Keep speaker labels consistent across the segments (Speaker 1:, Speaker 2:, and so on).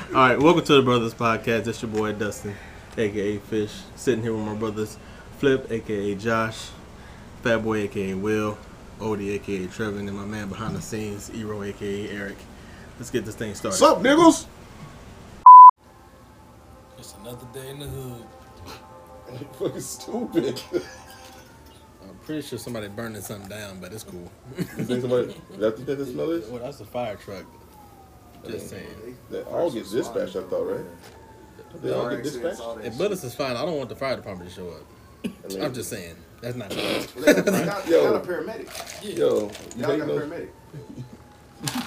Speaker 1: All right, welcome to the Brothers Podcast. It's your boy Dustin, aka Fish, sitting here with my brothers Flip, aka Josh, Fat Boy, aka Will, Odie, aka Trevin, and my man behind the scenes, Ero, aka Eric. Let's get this thing started.
Speaker 2: What's up, niggas?
Speaker 3: It's another day in the hood.
Speaker 2: Fucking stupid.
Speaker 1: I'm pretty sure somebody burning something down, but it's cool.
Speaker 2: Is there somebody that think that this smell is?
Speaker 1: Well, that's a fire truck. Just saying.
Speaker 2: They all get dispatched, I thought, right? They all get dispatched.
Speaker 1: If bullets is fine, I don't want the fire department to show up.
Speaker 2: I mean,
Speaker 1: I'm just saying. That's not good.
Speaker 4: They got, they got- they
Speaker 2: Yo.
Speaker 4: got a paramedic.
Speaker 2: yo. You
Speaker 4: Y'all
Speaker 2: ain't
Speaker 4: got a
Speaker 2: no,
Speaker 4: paramedic.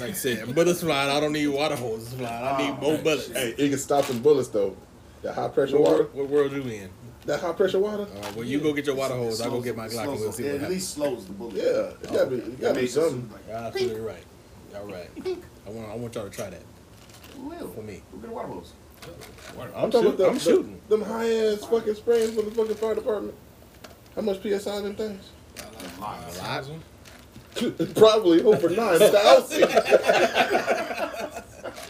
Speaker 1: Like I said, bullets flying, I don't need water hoses flying. I need more bullets.
Speaker 2: hey, it can stop some bullets though. That high pressure water.
Speaker 1: What world you in?
Speaker 2: That high pressure water.
Speaker 1: All right, well, you go get your water hose. I'll Oh, go
Speaker 4: Slows-
Speaker 1: get my
Speaker 4: it
Speaker 1: Glock and
Speaker 4: slows-
Speaker 1: we'll see
Speaker 4: it
Speaker 1: what
Speaker 4: At
Speaker 1: happens.
Speaker 4: least slows the bullet.
Speaker 2: Yeah, it gotta be, it
Speaker 4: That
Speaker 2: gotta be
Speaker 4: makes it
Speaker 2: something.
Speaker 4: seem like,
Speaker 1: You're absolutely right. All right. I want, I want y'all to try that.
Speaker 4: Will,
Speaker 1: For me.
Speaker 4: Go get a water hose.
Speaker 1: I'm,
Speaker 2: talking
Speaker 1: shooting.
Speaker 2: about the-
Speaker 1: I'm
Speaker 2: the-
Speaker 1: shooting.
Speaker 2: Them high ass fucking spraying from the fucking fire department. How much PSI them things?
Speaker 1: A lot.
Speaker 2: Probably over nine thousand.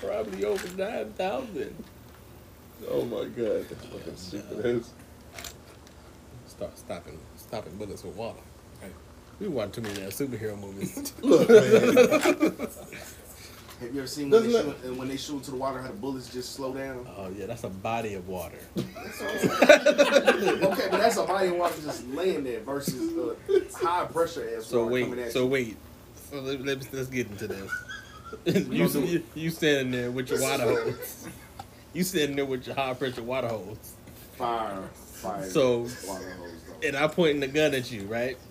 Speaker 1: Probably over 9,000.
Speaker 2: oh my god, that's fucking stupid ass.
Speaker 1: Start stopping stopping bullets with water. We watch too many damn superhero movies.
Speaker 2: Look, man.
Speaker 4: Have you ever seen when
Speaker 2: Doesn't
Speaker 4: they,
Speaker 2: that-
Speaker 4: shoot, and when they shoot into the water, how the bullets just slow down?
Speaker 1: oh, yeah, that's a body of water.
Speaker 4: okay, but that's a body of water just laying there versus the high pressure ass
Speaker 1: So
Speaker 4: water coming
Speaker 1: wait,
Speaker 4: at
Speaker 1: so
Speaker 4: you.
Speaker 1: wait. So let, let's, let's get into this. you,
Speaker 4: gonna do
Speaker 1: you, you standing there with your water hose. You standing there with your high pressure water hose.
Speaker 4: Fire, fire.
Speaker 1: So-
Speaker 4: water hose.
Speaker 1: And I'm pointing the gun at you, right?
Speaker 4: Though.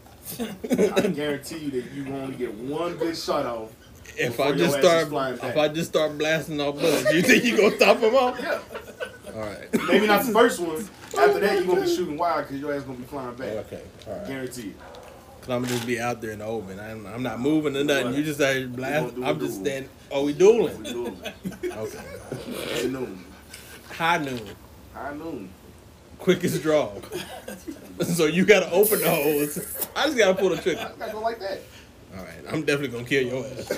Speaker 4: I guarantee you that you only get one good shot off.
Speaker 1: If
Speaker 4: Before
Speaker 1: I
Speaker 4: your
Speaker 1: just
Speaker 4: ass is flying
Speaker 1: start,
Speaker 4: back.
Speaker 1: if I just start blasting off bullets, you think you gonna stop them off?
Speaker 4: Yeah,
Speaker 1: All right.
Speaker 4: maybe not the first one. After that, you're gonna be shooting wild because your ass gonna be flying back.
Speaker 1: Okay. All right.
Speaker 4: Guaranteed.
Speaker 1: Cause I'm just be out there in the open. I'm, I'm not moving or nothing. You just out here blasting.
Speaker 4: do a
Speaker 1: I'm just
Speaker 4: duel.
Speaker 1: standing. Oh, we
Speaker 4: We
Speaker 1: dueling.
Speaker 4: lose.
Speaker 1: Okay.
Speaker 4: At noon.
Speaker 1: High noon.
Speaker 4: High noon.
Speaker 1: Quickest draw. so you gotta open the hose. I just gotta pull the trigger.
Speaker 4: I gotta go like that.
Speaker 1: All right. I'm definitely gonna kill your ass.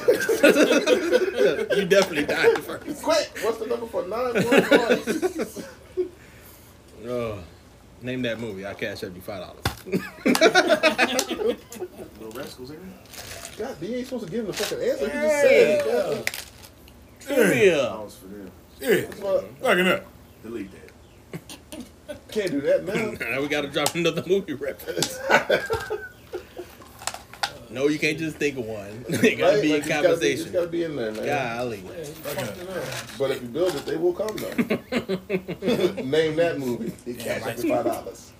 Speaker 1: you definitely died first.
Speaker 2: quick. What's the number for nine one one?
Speaker 1: Oh, name that movie. I cash up you five dollars.
Speaker 4: Little rascals here.
Speaker 2: God, you ain't supposed to give him the fucking answer. You just said it.
Speaker 1: Yeah.
Speaker 4: I was for them.
Speaker 2: That's why-
Speaker 3: Fucking up.
Speaker 4: Delete that.
Speaker 2: Can't do that now.
Speaker 1: Now we gotta drop another movie reference. no, you can't just think of one. it gotta be
Speaker 2: Right? Like,
Speaker 1: in
Speaker 2: it's gotta be- It's
Speaker 1: conversation.
Speaker 2: gotta be in there, man.
Speaker 1: Golly.
Speaker 2: But if you build it, they will come though. Name that movie. He cash out for five dollars.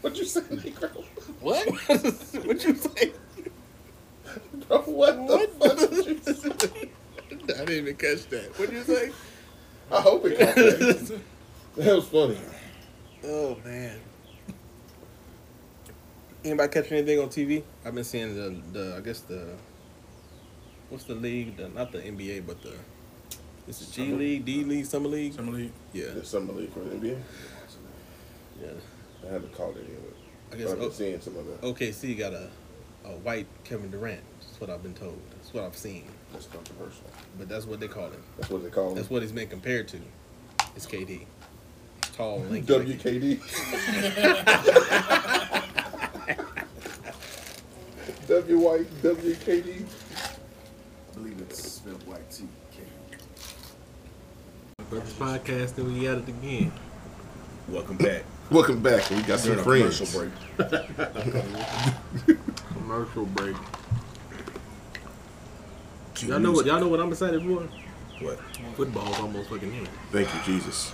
Speaker 2: what you saying, Negro?
Speaker 1: What? what you say?
Speaker 2: Bro, what the fuck? did you say?
Speaker 1: I didn't even catch that. What you say?
Speaker 2: I hope it caught that. That was funny.
Speaker 1: Oh man. Anybody catching anything on TV? I've been seeing the, the I guess the what's the league? The, not the NBA, but the it's the G League, D League, Summer League.
Speaker 3: Summer League.
Speaker 1: Yeah,
Speaker 2: There's summer league for the NBA.
Speaker 1: yeah.
Speaker 2: I haven't caught it anyway.
Speaker 1: I
Speaker 2: But
Speaker 1: guess
Speaker 2: I've been
Speaker 1: oh,
Speaker 2: seeing some of that.
Speaker 1: OKC got a, a white Kevin Durant. That's what I've been told. That's what I've seen.
Speaker 2: That's controversial.
Speaker 1: But that's what they call him.
Speaker 2: That's what they call
Speaker 1: That's
Speaker 2: it.
Speaker 1: what he's been compared to. It's KD. Tall, lanky.
Speaker 2: WKD. WY WKD.
Speaker 4: I believe it's spelled white T K.
Speaker 1: Brothers Podcast, and we at it again.
Speaker 5: Welcome back.
Speaker 2: Welcome back. We got some
Speaker 5: During a
Speaker 2: friends.
Speaker 5: commercial break.
Speaker 1: Commercial break. Y'all know what? Y'all know what I'm excited for?
Speaker 5: What?
Speaker 1: Football's almost fucking here.
Speaker 2: Thank you, Jesus.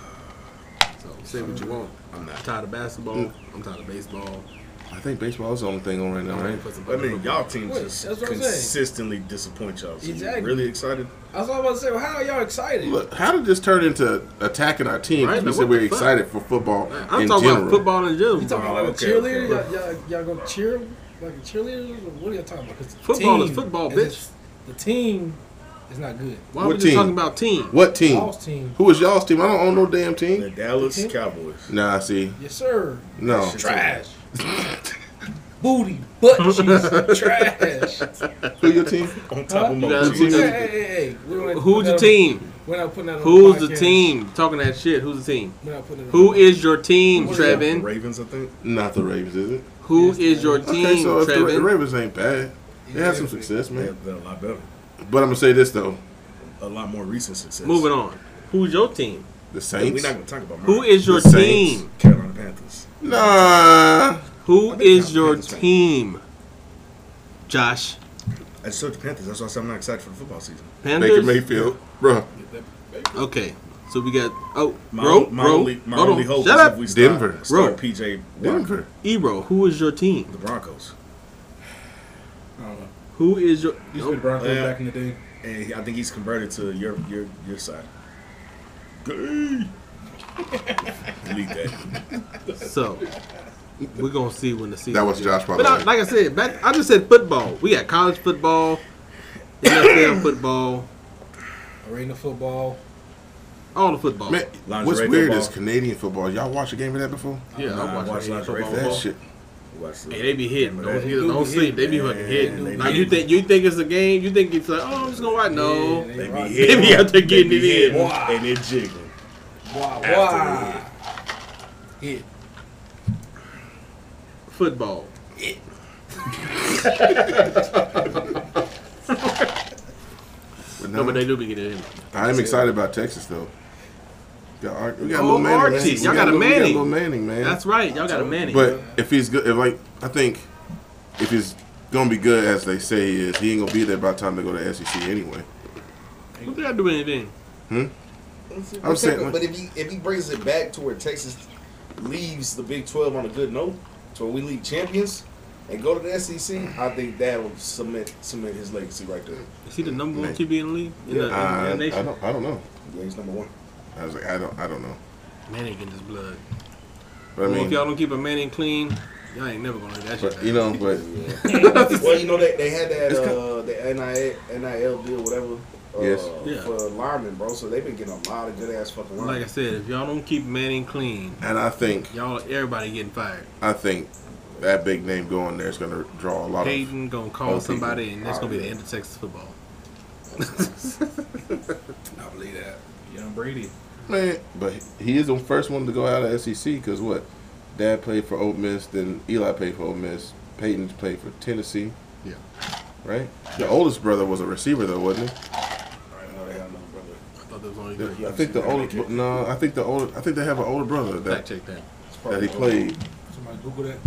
Speaker 1: So say what you want.
Speaker 2: I'm
Speaker 1: I'm
Speaker 2: not. Mm.
Speaker 1: tired of basketball. I'm tired of baseball.
Speaker 2: I think baseball is the only thing on right now,
Speaker 1: I'm ready
Speaker 2: right?
Speaker 1: for some
Speaker 5: I mean, y'all team
Speaker 6: Wait,
Speaker 5: just
Speaker 6: that's what I'm saying.
Speaker 5: consistently disappoint y'all. So
Speaker 6: Exactly.
Speaker 5: you really excited?
Speaker 6: I was about to say, well, how are y'all excited?
Speaker 2: Look, how did this turn into attacking our team?
Speaker 1: Right,
Speaker 2: Because we
Speaker 1: now,
Speaker 2: said
Speaker 1: what
Speaker 2: we're
Speaker 1: the fuck?
Speaker 2: excited for football
Speaker 1: I'm
Speaker 2: in
Speaker 1: talking
Speaker 2: general.
Speaker 1: about football in general.
Speaker 6: you talking about
Speaker 5: Oh,
Speaker 6: like
Speaker 5: okay,
Speaker 6: a cheerleader?
Speaker 5: okay.
Speaker 6: Y'all, y'all, y'all gonna cheer like a cheerleader? What are y'all talking about? 'Cause the
Speaker 1: Football is
Speaker 6: team
Speaker 1: football, bitch.
Speaker 6: just- The team is not good.
Speaker 1: Why are
Speaker 2: What
Speaker 1: we just
Speaker 2: team?
Speaker 1: talking about team?
Speaker 2: What team?
Speaker 6: Y'all's team.
Speaker 2: Who is y'all's team? I don't own no damn
Speaker 5: The
Speaker 2: team.
Speaker 5: Dallas
Speaker 6: Mhm.
Speaker 5: Cowboys.
Speaker 2: Nah, see,
Speaker 6: Yes, sir.
Speaker 2: no.
Speaker 5: Trash.
Speaker 3: booty butt cheeks trash.
Speaker 2: Who your team?
Speaker 5: On top of
Speaker 1: You got a
Speaker 5: Mo
Speaker 1: team?
Speaker 5: cheese.
Speaker 6: Hey, hey, hey, we don't-
Speaker 1: Who's your
Speaker 6: we don't-
Speaker 1: team?
Speaker 6: We're not putting that on
Speaker 1: Who's the
Speaker 6: podcast.
Speaker 1: team? Talking that shit. Who's the team?
Speaker 6: We're not putting it on
Speaker 1: Who
Speaker 6: podcast.
Speaker 1: is your team,
Speaker 6: What are
Speaker 1: Trevin?
Speaker 5: Ravens, I think.
Speaker 2: Not the Ravens, is it?
Speaker 1: Who is your team,
Speaker 2: okay, so if the, the
Speaker 1: Trevin?
Speaker 2: Ravens ain't bad. They had some success,
Speaker 5: They're,
Speaker 2: man.
Speaker 5: they're a lot better.
Speaker 2: But I'm gonna say this though:
Speaker 5: A lot more recent success.
Speaker 1: Moving on. Who's your team?
Speaker 2: the
Speaker 5: We're
Speaker 2: Saints.
Speaker 5: not going to talk about
Speaker 1: Who
Speaker 5: mine.
Speaker 1: is your
Speaker 2: The Saints.
Speaker 1: team?
Speaker 5: Carolina Panthers.
Speaker 2: Nah,
Speaker 1: Who
Speaker 5: I think
Speaker 1: is
Speaker 5: Carolina
Speaker 1: your
Speaker 5: Panthers, right?
Speaker 1: team? Josh.
Speaker 5: I just told you Panthers. That's why I said I'm not excited for the football season.
Speaker 2: Baker
Speaker 1: Panthers?
Speaker 2: Mayfield, bro.
Speaker 1: Okay. So we got oh
Speaker 5: My,
Speaker 1: bro,
Speaker 5: my
Speaker 1: bro,
Speaker 5: only, my
Speaker 1: hold
Speaker 5: only
Speaker 1: on.
Speaker 5: hope
Speaker 1: Shut
Speaker 5: is
Speaker 1: up.
Speaker 5: if we start,
Speaker 2: Denver.
Speaker 5: start
Speaker 1: Bro.
Speaker 5: PJ Walker,
Speaker 2: Denver.
Speaker 1: Ebro, who is your team?
Speaker 5: the Broncos.
Speaker 6: I don't know.
Speaker 1: Who is your
Speaker 6: Used to be the Broncos
Speaker 5: Yeah.
Speaker 6: back in the day.
Speaker 5: And he- I think he's converted to your your your side. Gay. Delete that.
Speaker 1: So we're gonna see when the season.
Speaker 2: That was
Speaker 1: is.
Speaker 2: Josh, by
Speaker 1: But
Speaker 2: the
Speaker 1: I,
Speaker 2: way.
Speaker 1: like I said, back I just said football. We got college football, NFL football,
Speaker 6: Arena football.
Speaker 1: all the football.
Speaker 2: Man,
Speaker 5: Lingerie
Speaker 2: what's weird
Speaker 5: football.
Speaker 2: is Canadian football. Y'all watch a game of that before?
Speaker 1: yeah,
Speaker 5: Nah,
Speaker 1: I
Speaker 5: I
Speaker 1: watch
Speaker 5: watch
Speaker 1: that
Speaker 5: lingerie
Speaker 1: football.
Speaker 2: That
Speaker 5: Football.
Speaker 2: shit.
Speaker 5: Watch the-
Speaker 1: Hey, they be hitting. Don't,
Speaker 5: They
Speaker 1: don't
Speaker 6: do be
Speaker 1: sleep. They be
Speaker 5: hitting.
Speaker 1: fucking hitting.
Speaker 5: Man,
Speaker 1: Now
Speaker 5: they
Speaker 1: you
Speaker 5: do.
Speaker 1: think you think it's a game? You think it's like, oh, I'm just gonna watch? No,
Speaker 6: Yeah,
Speaker 5: They be
Speaker 6: rock.
Speaker 5: hitting.
Speaker 1: They be out there getting
Speaker 5: They be
Speaker 1: it in.
Speaker 5: hitting
Speaker 6: Wow.
Speaker 5: And it jiggling.
Speaker 6: Wow,
Speaker 5: After
Speaker 6: wow. Hit.
Speaker 1: football.
Speaker 2: But
Speaker 1: No,
Speaker 2: no,
Speaker 1: but they do be getting it in.
Speaker 2: I am excited about Texas though. We got, Ar- we got
Speaker 1: Oh,
Speaker 2: Lil Manning.
Speaker 1: Archie.
Speaker 2: man. We
Speaker 1: Y'all got a
Speaker 2: Lil- we
Speaker 1: Manning.
Speaker 2: Lil Manning, man.
Speaker 1: That's right. Y'all got a Manning.
Speaker 2: But if he's good, if like I think, if he's gonna be good as they say he is, he ain't gonna be there by the time they go to SEC anyway.
Speaker 1: what did I do anything?
Speaker 2: I'm saying, like-
Speaker 4: but if he if he brings it back to where Texas leaves the Big Twelve on a good note, to where we leave champions and go to the SEC, I think that will cement cement his legacy right there.
Speaker 1: Is he the number one
Speaker 2: Man.
Speaker 1: QB in the league in the, in the
Speaker 2: Uh, I, I
Speaker 1: Uh, nation?
Speaker 2: don't, I don't know.
Speaker 4: Yeah, he's number one.
Speaker 2: I was like, I don't, I don't know.
Speaker 1: Manning in his blood.
Speaker 2: But I
Speaker 1: Well,
Speaker 2: mean,
Speaker 1: if y'all don't keep a Manning clean, y'all ain't never gonna let that shit.
Speaker 2: but
Speaker 1: happen.
Speaker 2: you know, but
Speaker 4: well, you know they, they had that
Speaker 2: It's kin-
Speaker 4: uh, the NIL, NIL deal, whatever. Uh,
Speaker 2: Yes.
Speaker 1: Yeah.
Speaker 4: For linemen, bro. So they've been getting a lot of good ass fucking
Speaker 1: Like I
Speaker 4: linemen.
Speaker 1: said, if y'all don't keep Manning clean,
Speaker 2: and I think,
Speaker 1: y'all everybody getting fired.
Speaker 2: I think that big name going there is gonna draw a lot of.
Speaker 1: Hayden gonna call
Speaker 2: Other people.
Speaker 1: somebody, and that's gonna be the end of Texas football.
Speaker 3: I believe that. Young Brady.
Speaker 2: Man, but he is the first one to go out of SEC because what? Dad played for Ole Miss, then Eli played for Ole Miss. Peyton played for Tennessee.
Speaker 1: Yeah.
Speaker 2: Right. The oldest brother was a receiver though, wasn't he?
Speaker 4: Right now, they got no brother.
Speaker 1: I thought there was only
Speaker 2: The-
Speaker 1: three.
Speaker 2: I think the older. No, I think the older. I think they have an older brother
Speaker 1: Fact
Speaker 2: that
Speaker 1: check that.
Speaker 4: It's
Speaker 2: that
Speaker 4: probably
Speaker 2: he played.
Speaker 6: Somebody Google that.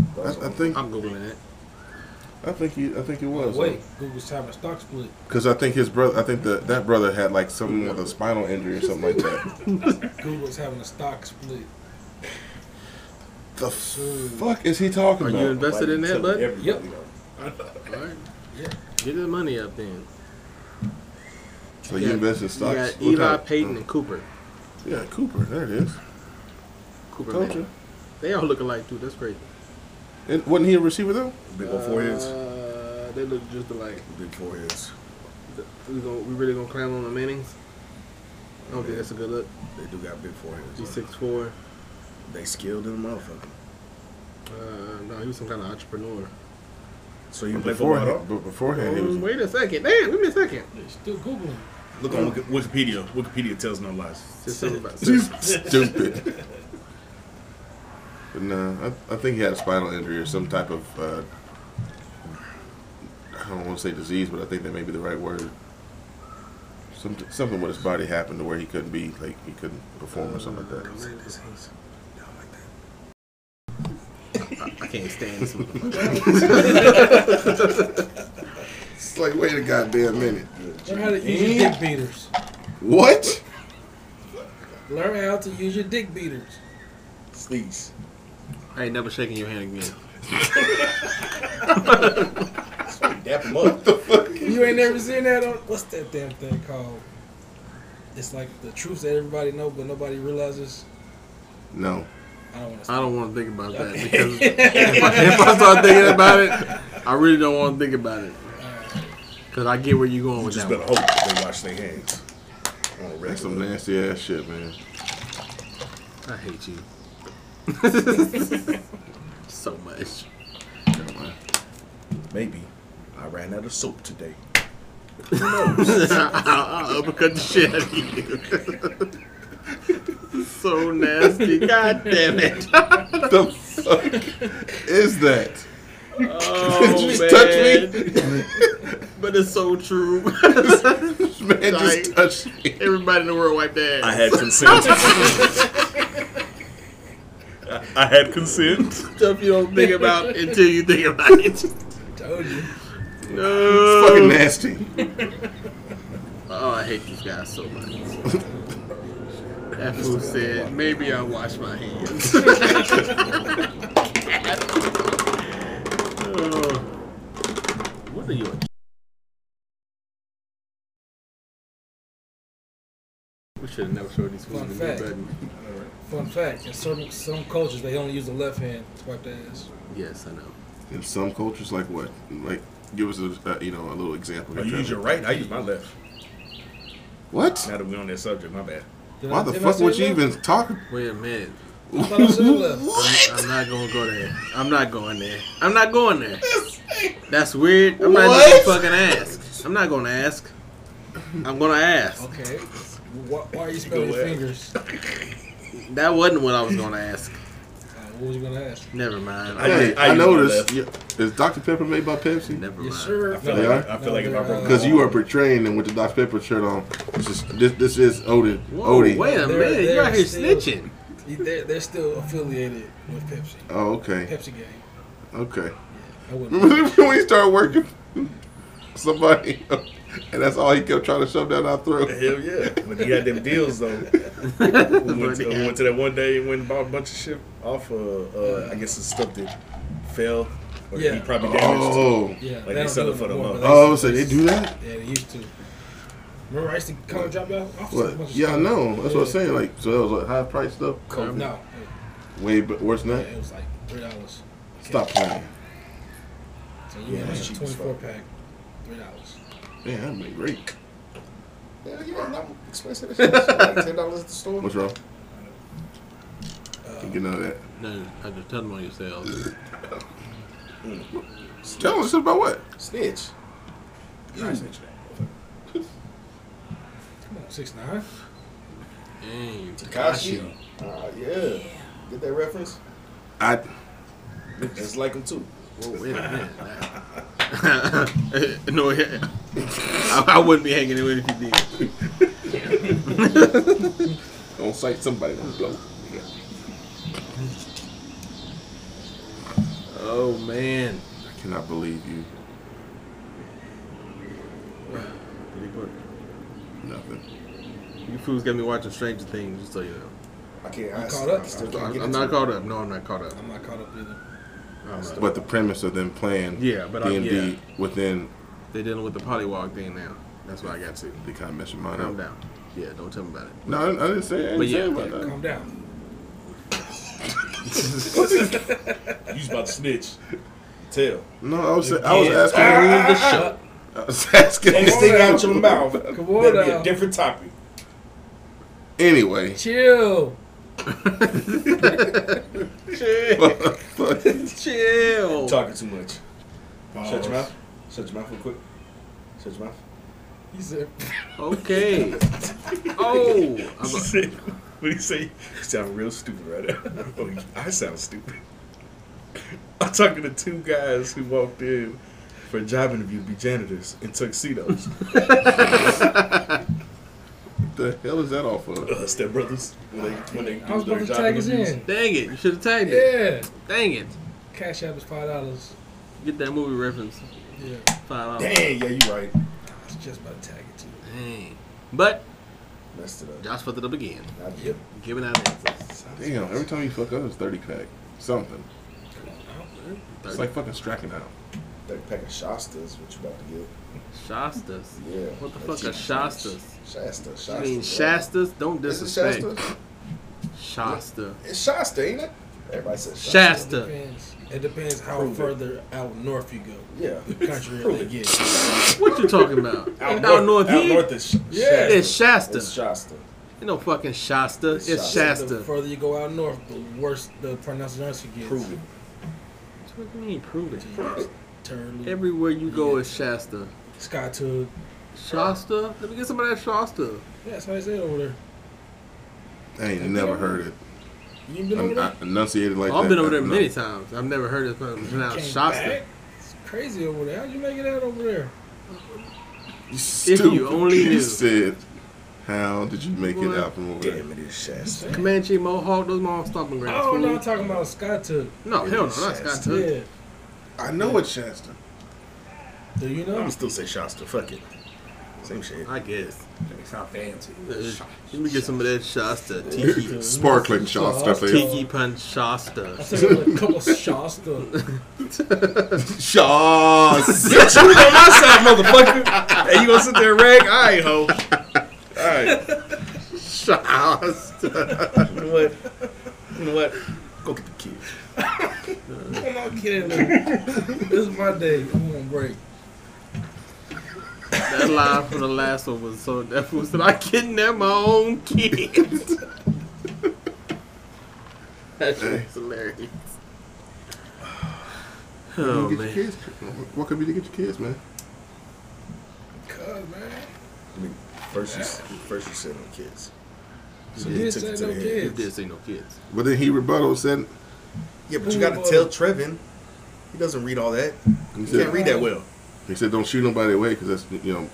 Speaker 2: I, I think.
Speaker 1: I'm googling it.
Speaker 2: I think he. I think he was.
Speaker 6: Wait, Google's having a stock split.
Speaker 2: Because I think his brother. I think the that brother had like something with a spinal injury or something like that.
Speaker 6: Google's having a stock split.
Speaker 2: the fuck is he talking
Speaker 1: Are
Speaker 2: about?
Speaker 1: you invested in that, bud?
Speaker 6: Yep.
Speaker 1: All right. Yeah. Get the money up then.
Speaker 2: so you invest in
Speaker 1: You
Speaker 2: stocks? Mm.
Speaker 1: got
Speaker 2: What
Speaker 1: Eli,
Speaker 2: kind?
Speaker 1: Peyton, and Cooper.
Speaker 2: Yeah, Cooper. There it is.
Speaker 1: Cooper.
Speaker 2: Told
Speaker 1: Manning.
Speaker 2: you.
Speaker 1: They all look alike too. That's crazy.
Speaker 2: And wasn't he a receiver though?
Speaker 5: Big old foreheads.
Speaker 1: Uh, they look just alike.
Speaker 5: Big foreheads.
Speaker 1: We, gonna, we really gonna climb on the Mannings? I don't think that's a good look.
Speaker 5: They do got big foreheads.
Speaker 1: He's six four.
Speaker 5: They skilled in the motherfucker.
Speaker 1: Uh, no, he was some kind of entrepreneur.
Speaker 5: So you
Speaker 2: But
Speaker 5: play football?
Speaker 2: beforehand,
Speaker 5: though?
Speaker 2: but beforehand he
Speaker 1: Oh,
Speaker 2: was.
Speaker 1: wait a second. Damn, give me a second.
Speaker 6: They're still Googling.
Speaker 5: Look on Wiki- Wikipedia. Wikipedia tells no lies.
Speaker 1: Just something about
Speaker 2: Dude, stupid. But no, I, I think he had a spinal injury or some type of. Uh, I don't want to say disease, but I think that may be the right word. Some, something with his body happened to where he couldn't be like he couldn't perform or something
Speaker 1: Oh,
Speaker 2: like that.
Speaker 1: I can't stand this motherfucker.
Speaker 2: It's like wait a goddamn minute.
Speaker 6: Learn how to use your dick beaters.
Speaker 2: What?
Speaker 6: Learn how to use your dick beaters.
Speaker 5: Sleeves.
Speaker 1: I ain't never shaking your hand again.
Speaker 4: Dap him up.
Speaker 6: You ain't never seen that on what's that damn thing called? It's like the truth that everybody know, but nobody realizes.
Speaker 2: No.
Speaker 6: I don't want to.
Speaker 1: I don't want to think about that because if, I, if I start thinking about it, I really don't want to think about it. Cause I get where you going
Speaker 5: You
Speaker 1: with
Speaker 5: just
Speaker 1: that.
Speaker 5: better
Speaker 1: One.
Speaker 5: hope they wash their hands. On a
Speaker 2: That's some
Speaker 5: regular.
Speaker 2: nasty ass shit, man.
Speaker 1: I hate you so much.
Speaker 2: Never mind.
Speaker 5: Maybe I ran out of soap today.
Speaker 1: I'll uppercut the shit out of you. so nasty. God damn it.
Speaker 2: the fuck is that?
Speaker 1: Oh,
Speaker 2: Did you just touch
Speaker 1: man. but it's so true.
Speaker 2: Man
Speaker 1: Like-
Speaker 2: just touched me.
Speaker 1: Everybody in the world wiped their ass.
Speaker 5: I had consent. I had consent.
Speaker 1: stuff you don't think about until you think about it.
Speaker 2: Uh-huh.
Speaker 6: Told you.
Speaker 1: No.
Speaker 2: Fucking nasty.
Speaker 1: Oh, I hate these guys so much. That fool said, maybe I'll wash my hands. Oh. What are you? We should have never showed these fools
Speaker 6: Fun
Speaker 1: the new
Speaker 6: fact.
Speaker 1: button.
Speaker 6: Fun fact: in certain some cultures, they only use the left hand to wipe their ass.
Speaker 1: Yes, I know.
Speaker 2: In some cultures, like what? Like, give us a uh, you know a little example.
Speaker 5: Well,
Speaker 2: here,
Speaker 5: you use your
Speaker 2: Trevor.
Speaker 5: right. I use my left.
Speaker 2: what?
Speaker 5: Now that we're on that subject, my bad.
Speaker 6: Did
Speaker 2: Why
Speaker 6: I-
Speaker 2: the
Speaker 6: did I
Speaker 2: fuck
Speaker 6: say
Speaker 2: would you
Speaker 6: left?
Speaker 2: even talk?
Speaker 1: Wait a minute.
Speaker 6: I thought I said left.
Speaker 1: I'm not gonna go there. I'm not going there. I'm not going there. That's weird. I'm not
Speaker 2: What?
Speaker 1: just gonna fucking ask. I'm not gonna ask. I'm gonna ask.
Speaker 6: Okay. Why, why are you spreading your
Speaker 5: ahead.
Speaker 6: fingers? Uh,
Speaker 1: That wasn't what I was gonna ask.
Speaker 6: what was you gonna ask?
Speaker 1: Never mind.
Speaker 5: I-
Speaker 2: Hey, I,
Speaker 5: I use my
Speaker 2: noticed.
Speaker 5: left.
Speaker 2: you- Is Dr Pepper made by Pepsi?
Speaker 1: Never
Speaker 6: You
Speaker 1: mind.
Speaker 6: sure?
Speaker 5: I feel
Speaker 2: They
Speaker 5: like
Speaker 2: are?
Speaker 5: I feel like if I broke
Speaker 2: Because you are portraying them with the Dr Pepper shirt on. This is this, this is Odie.
Speaker 1: Whoa,
Speaker 2: Odie.
Speaker 1: wait a
Speaker 6: They're-
Speaker 1: minute. you out
Speaker 6: they're
Speaker 1: here
Speaker 6: still-
Speaker 1: snitching.
Speaker 6: They're, they're still affiliated with Pepsi.
Speaker 2: Oh, okay,
Speaker 6: Pepsi game.
Speaker 2: okay.
Speaker 6: I wouldn't.
Speaker 2: Remember when we started working somebody, and that's all he kept trying to shove down our throat.
Speaker 5: Hell yeah. When you had them deals though. we went, to, we went to that one day and went and bought a bunch of shit off of, uh, I guess it's stuff that fell or
Speaker 6: Yeah.
Speaker 5: he probably damaged.
Speaker 2: Oh,
Speaker 6: Yeah,
Speaker 5: they
Speaker 6: don't
Speaker 5: sell
Speaker 6: do
Speaker 5: it for the
Speaker 6: anymore,
Speaker 5: month.
Speaker 6: but
Speaker 2: oh,
Speaker 6: used to-
Speaker 2: so they do that?
Speaker 6: Yeah, they used to. Remember, I used to come and drop y'all off. a bunch
Speaker 2: What?
Speaker 6: of
Speaker 2: Yeah, I
Speaker 6: stuff.
Speaker 2: know. That's what I'm
Speaker 6: Yeah.
Speaker 2: saying. Like, so that was like high price stuff.
Speaker 1: Coke.
Speaker 6: No,
Speaker 2: Way b- worse than
Speaker 6: yeah,
Speaker 2: that.
Speaker 6: it was like three dollars.
Speaker 2: Stop playing.
Speaker 6: So you
Speaker 5: Yeah,
Speaker 6: had like
Speaker 5: that's
Speaker 6: a
Speaker 5: cheap as
Speaker 6: twenty-four pack, three dollars.
Speaker 2: Man, that'd be great.
Speaker 4: Yeah, you ain't not expensive. as shit. Like ten dollars at the store.
Speaker 2: What's wrong?
Speaker 5: Uh,
Speaker 2: Can't get none of that.
Speaker 1: No, I just tell them on yourselves.
Speaker 2: Tell us about what?
Speaker 4: Snitch.
Speaker 5: I said that.
Speaker 6: Come on, six nine.
Speaker 1: Dang.
Speaker 4: Kashi. Ah, yeah. Get that reference?
Speaker 2: I
Speaker 4: It's like him too.
Speaker 1: Whoa, wait a minute. no, yeah. I, I wouldn't be hanging in with if you did.
Speaker 2: don't cite somebody gonna blow.
Speaker 1: Oh man.
Speaker 2: I cannot believe you.
Speaker 1: Did he put-
Speaker 2: Nothing.
Speaker 1: You fools got me watching Stranger Things, just so you know.
Speaker 4: I can't. I,
Speaker 6: caught up?
Speaker 4: I still can't
Speaker 1: I'm,
Speaker 4: get
Speaker 1: I'm
Speaker 4: into
Speaker 1: not
Speaker 4: it.
Speaker 1: caught up. No, I'm not caught up.
Speaker 6: I'm not caught up either.
Speaker 1: I'm not.
Speaker 2: But the premise of them playing
Speaker 1: Yeah, but I-
Speaker 2: D&D within,
Speaker 1: They're dealing with the polywog thing now. That's what I got to.
Speaker 2: they kind of messed your mind
Speaker 4: Oh.
Speaker 1: Calm
Speaker 2: up.
Speaker 1: down. Yeah, don't tell me about it.
Speaker 2: No, I didn't, I didn't say I didn't
Speaker 1: But
Speaker 2: say
Speaker 1: yeah,
Speaker 2: about that.
Speaker 6: Calm down.
Speaker 5: You was about to snitch. Tell.
Speaker 2: No, I was, I was asking.
Speaker 1: the shut.
Speaker 2: I was asking.
Speaker 5: Anything out your mouth. That'd
Speaker 6: Come
Speaker 5: be
Speaker 6: on
Speaker 5: a
Speaker 6: now.
Speaker 5: different topic.
Speaker 2: Anyway,
Speaker 6: Chill.
Speaker 2: Fuck.
Speaker 1: Chill.
Speaker 5: You're talking too much. Shut your mouth. Shut your mouth real quick. Shut your mouth.
Speaker 6: He said,
Speaker 1: Okay. Oh. I'm a-
Speaker 5: said, what do you say? You sound real stupid right now. Oh, you- I sound stupid. I'm talking to two guys who walked in for a job interview to be janitors in tuxedos.
Speaker 2: the hell is that off of?
Speaker 5: Uh, Step brothers. When they, when they
Speaker 6: "I was
Speaker 5: do
Speaker 6: about
Speaker 5: their
Speaker 6: to
Speaker 5: job
Speaker 6: tag us
Speaker 5: interviews.
Speaker 6: in."
Speaker 1: dang it. You should have tagged it.
Speaker 6: Yeah.
Speaker 1: Dang it.
Speaker 6: Cash app is five dollars.
Speaker 1: Get that movie reference.
Speaker 6: Yeah.
Speaker 1: Five hours.
Speaker 5: Dang, yeah, you right.
Speaker 6: I was just about to tag it to you.
Speaker 1: Dang. But
Speaker 5: Messed it up.
Speaker 1: Josh fucked it up again.
Speaker 5: I did.
Speaker 6: Yep.
Speaker 1: Giving out answers.
Speaker 2: Damn, every time you fuck up, it's 30 pack. Something. It's like fucking stracking out.
Speaker 4: That pack of Shastas, what you about to get?
Speaker 1: Shastas.
Speaker 4: Yeah.
Speaker 1: What the
Speaker 4: that
Speaker 1: fuck
Speaker 4: cheap
Speaker 1: are Shastas?
Speaker 4: Shasta. Shasta.
Speaker 1: I mean,
Speaker 4: yeah.
Speaker 1: Shastas? Don't
Speaker 4: Is it
Speaker 1: disrespect.
Speaker 4: Shasta?
Speaker 1: Shasta.
Speaker 4: It's Shasta, ain't it? Everybody says Shasta.
Speaker 6: It
Speaker 1: Shasta.
Speaker 6: depends. It depends how
Speaker 5: Prove it.
Speaker 6: further out north you go.
Speaker 5: Yeah.
Speaker 6: The country they get.
Speaker 1: What you talking about?
Speaker 5: Out
Speaker 1: Out north
Speaker 5: Out
Speaker 1: here?
Speaker 5: north is sh-
Speaker 6: Yeah.
Speaker 5: Shasta.
Speaker 1: It's Shasta.
Speaker 5: It's Shasta.
Speaker 1: You know, fucking Shasta. It's,
Speaker 4: Shasta.
Speaker 1: Shasta.
Speaker 6: The further you go out north, the worse the pronunciation gets.
Speaker 5: Prove it.
Speaker 1: What do you mean, prove it?
Speaker 6: To, Turley,
Speaker 1: Everywhere you go is Shasta.
Speaker 6: Scott Tug.
Speaker 1: Shasta? Let me get some of that Shasta.
Speaker 6: Yeah, that's how they say it over there.
Speaker 2: I ain't never heard it.
Speaker 6: You ain't been over
Speaker 2: I,
Speaker 6: there?
Speaker 2: I enunciated like that.
Speaker 1: I've been over there
Speaker 2: No.
Speaker 1: many times. I've never heard it pronounced
Speaker 6: Came
Speaker 1: Shasta.
Speaker 6: back? It's crazy over there. How'd you make it out over there?
Speaker 2: You stupid.
Speaker 1: only knew.
Speaker 2: You said, how did you make
Speaker 1: Boy.
Speaker 2: it out from over there?
Speaker 5: Damn it, it's Shasta.
Speaker 1: Comanche, Mohawk, those my all stomping grounds.
Speaker 6: Oh no, I'm
Speaker 1: fool.
Speaker 6: talking about Scott Tug.
Speaker 1: No, hell no, not Scott
Speaker 5: Shasta.
Speaker 1: Tug.
Speaker 6: Yeah.
Speaker 5: I know it's Shasta.
Speaker 6: Do you
Speaker 5: I'm
Speaker 6: know?
Speaker 5: gonna still say Shasta. Fuck it. Same shit.
Speaker 1: I guess.
Speaker 3: They sound fancy.
Speaker 1: Let me get some of that Shasta. Tiki,
Speaker 2: Sparkling Shasta, please.
Speaker 1: tiki punch
Speaker 6: I
Speaker 1: Shasta.
Speaker 6: took a couple Shasta.
Speaker 2: Shasta.
Speaker 5: Bitch, you on my side, motherfucker. And you gonna sit there and rag? All right, ho. All right.
Speaker 1: Shasta.
Speaker 5: You know what? You know what? Go get the kid.
Speaker 6: I'm not kidding. Man. this is my day. I'm on break.
Speaker 1: That line from the last one was so that fool said I kidnapped my own kids. that shit was hilarious. Oh
Speaker 2: You get your
Speaker 1: man.
Speaker 2: kids. What could be to get your kids, man?
Speaker 6: Cuz man,
Speaker 5: I mean, first you, first you said on kids.
Speaker 6: so
Speaker 5: Yeah,
Speaker 6: this
Speaker 5: took it
Speaker 6: ain't
Speaker 5: to
Speaker 6: no
Speaker 5: the head.
Speaker 1: If
Speaker 6: kids.
Speaker 1: this ain't no kids.
Speaker 2: But then he rebuttal said,
Speaker 5: Yeah, but
Speaker 6: Who
Speaker 5: you gotta
Speaker 6: was-
Speaker 5: tell Trevin. He doesn't read all that.
Speaker 2: he
Speaker 5: He can't
Speaker 2: said,
Speaker 5: read that well.
Speaker 2: he said don't shoot nobody away because that's, you know.